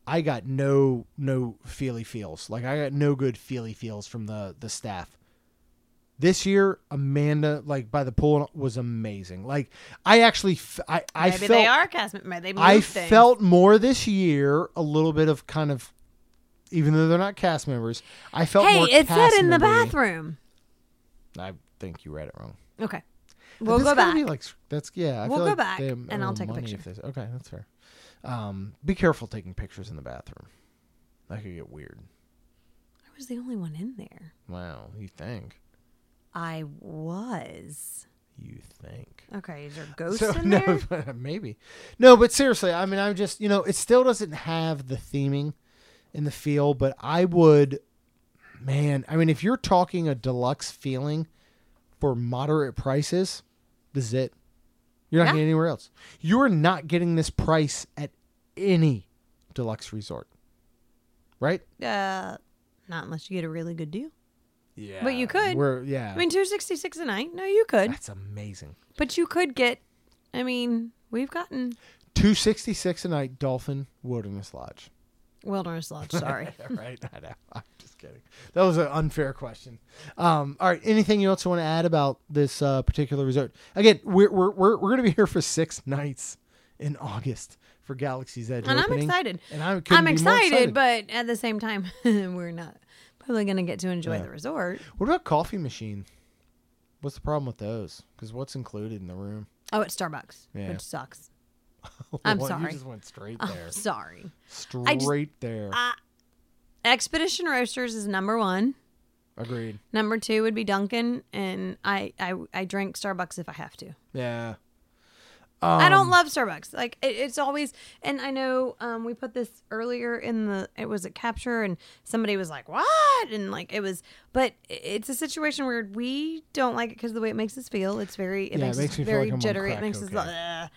[SPEAKER 1] I got no no feely feels. Like I got no good feely feels from the the staff. This year, Amanda like by the pool was amazing. Like I actually f- I I
[SPEAKER 2] Maybe
[SPEAKER 1] felt
[SPEAKER 2] they are cast mem- Maybe they move
[SPEAKER 1] I
[SPEAKER 2] things.
[SPEAKER 1] felt more this year. A little bit of kind of, even though they're not cast members, I felt
[SPEAKER 2] Hey,
[SPEAKER 1] more.
[SPEAKER 2] it said
[SPEAKER 1] cast
[SPEAKER 2] in the
[SPEAKER 1] member-y.
[SPEAKER 2] bathroom.
[SPEAKER 1] I think you read it wrong.
[SPEAKER 2] Okay. We'll
[SPEAKER 1] That's
[SPEAKER 2] go
[SPEAKER 1] gotta
[SPEAKER 2] back.
[SPEAKER 1] be like that's yeah. I
[SPEAKER 2] We'll
[SPEAKER 1] feel
[SPEAKER 2] go
[SPEAKER 1] like
[SPEAKER 2] back,
[SPEAKER 1] they
[SPEAKER 2] and
[SPEAKER 1] owe
[SPEAKER 2] I'll take a
[SPEAKER 1] money
[SPEAKER 2] picture.
[SPEAKER 1] if they- Okay, that's fair. Um, be careful taking pictures in the bathroom. That could get weird.
[SPEAKER 2] I was the only one in there.
[SPEAKER 1] Wow, you think?
[SPEAKER 2] I was.
[SPEAKER 1] You think?
[SPEAKER 2] Okay, is there ghosts
[SPEAKER 1] So,
[SPEAKER 2] in
[SPEAKER 1] no,
[SPEAKER 2] there?
[SPEAKER 1] but maybe. No, but seriously, I mean, I'm just you know, it still doesn't have the theming and the feel, but I would, man. I mean, if you're talking a deluxe feeling for moderate prices, this is it. You're not
[SPEAKER 2] Yeah.
[SPEAKER 1] getting anywhere else. You're not getting this price at any deluxe resort, right?
[SPEAKER 2] Uh, not unless you get a really good deal.
[SPEAKER 1] Yeah,
[SPEAKER 2] But you could.
[SPEAKER 1] We're yeah.
[SPEAKER 2] I mean, 266 a night? No, you could.
[SPEAKER 1] that's amazing.
[SPEAKER 2] But you could get, I mean, we've gotten
[SPEAKER 1] Two sixty six a night, Dolphin Wilderness Lodge.
[SPEAKER 2] Wilderness Lodge, sorry.
[SPEAKER 1] right? I know. I'm just kidding. That was an unfair question. Um, all right. Anything you else want to add about this uh, particular resort? Again, we're we're we're, we're going to be here for six nights in August for Galaxy's Edge.
[SPEAKER 2] and I'm
[SPEAKER 1] opening.
[SPEAKER 2] excited.
[SPEAKER 1] And I couldn't
[SPEAKER 2] I'm
[SPEAKER 1] be more
[SPEAKER 2] excited, but at the same time, we're not probably going to get to enjoy
[SPEAKER 1] Yeah.
[SPEAKER 2] the resort.
[SPEAKER 1] what about coffee machine? What's the problem with those? Because what's included in the room?
[SPEAKER 2] Oh, it's Starbucks,
[SPEAKER 1] Yeah.
[SPEAKER 2] which sucks. I'm
[SPEAKER 1] Well,
[SPEAKER 2] sorry.
[SPEAKER 1] You just went straight
[SPEAKER 2] Oh,
[SPEAKER 1] there.
[SPEAKER 2] sorry. I
[SPEAKER 1] Straight
[SPEAKER 2] just-
[SPEAKER 1] there.
[SPEAKER 2] I- Expedition Roasters is number one.
[SPEAKER 1] Agreed.
[SPEAKER 2] Number two would be Dunkin', and I I, I drink Starbucks if I have to.
[SPEAKER 1] Yeah. Um,
[SPEAKER 2] I don't love Starbucks. Like it, it's always, and I know um, we put this earlier in the it was a capture, and somebody was like, "What?" and like it was, but i- it's a situation where we don't like it because the way it makes us feel. It's very it,
[SPEAKER 1] Yeah,
[SPEAKER 2] makes, us
[SPEAKER 1] me feel
[SPEAKER 2] very
[SPEAKER 1] like I'm on
[SPEAKER 2] jittery. It
[SPEAKER 1] crack
[SPEAKER 2] makes us like,
[SPEAKER 1] cocaine.
[SPEAKER 2] "Ugh."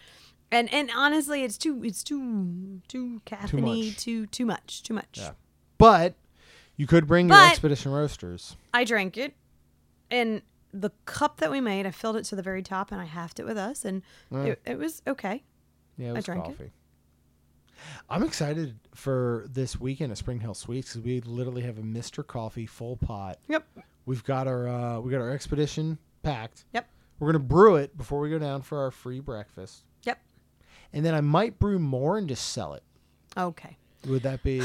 [SPEAKER 2] and and honestly, it's too it's too too caffeine
[SPEAKER 1] much.
[SPEAKER 2] too too much too much.
[SPEAKER 1] Yeah. But you could bring your
[SPEAKER 2] But-
[SPEAKER 1] expedition roasters.
[SPEAKER 2] I drank it, and the cup that we made, I filled it to the very top, and I halved it with us, and it, it was okay.
[SPEAKER 1] Yeah, it
[SPEAKER 2] I
[SPEAKER 1] was
[SPEAKER 2] drank it.
[SPEAKER 1] coffee. I'm excited for this weekend at Spring Hill Suites because we literally have a Mr. Coffee full pot.
[SPEAKER 2] Yep.
[SPEAKER 1] We've got our uh, we got our expedition packed.
[SPEAKER 2] Yep.
[SPEAKER 1] We're gonna brew it before we go down for our free breakfast,
[SPEAKER 2] Yep.
[SPEAKER 1] and then I might brew more and just sell it.
[SPEAKER 2] Okay.
[SPEAKER 1] Would that be?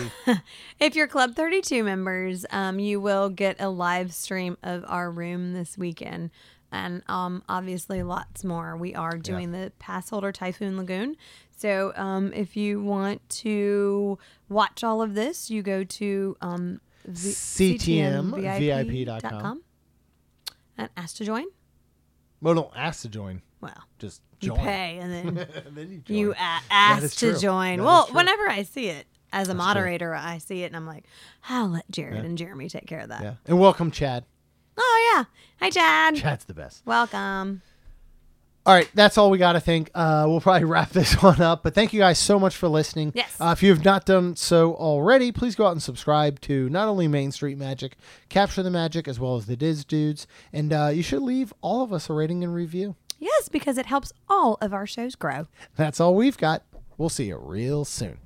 [SPEAKER 2] If you're Club 32 members, um, you will get a live stream of our room this weekend. And um, obviously, lots more. We are doing the pass holder Typhoon Lagoon. So um, if you want to watch all of this, you go to um, v-
[SPEAKER 1] CTMVIP.com.
[SPEAKER 2] CTMVIP.com and ask to join.
[SPEAKER 1] well, don't ask to join.
[SPEAKER 2] Well,
[SPEAKER 1] Just
[SPEAKER 2] you
[SPEAKER 1] join.
[SPEAKER 2] pay and then
[SPEAKER 1] then you join.
[SPEAKER 2] you a-
[SPEAKER 1] is
[SPEAKER 2] ask to
[SPEAKER 1] true.
[SPEAKER 2] join.
[SPEAKER 1] That
[SPEAKER 2] well,
[SPEAKER 1] is true.
[SPEAKER 2] whenever I see it as a moderator, I see it and I'm like, I'll let Jared and Jeremy take care of that.
[SPEAKER 1] yeah. And welcome, Chad.
[SPEAKER 2] Oh yeah. Hi Chad.
[SPEAKER 1] Chad's the best.
[SPEAKER 2] Welcome.
[SPEAKER 1] All right, that's all we got. I think uh, we'll probably wrap this one up. But thank you guys so much for listening.
[SPEAKER 2] Yes.
[SPEAKER 1] Uh, if you have not done so already, please go out and subscribe to not only Main Street Magic, Capture the Magic, as well as the Diz Dudes, and uh, you should leave all of us a rating and review.
[SPEAKER 2] Yes, because it helps all of our shows grow.
[SPEAKER 1] That's all we've got. We'll see you real soon.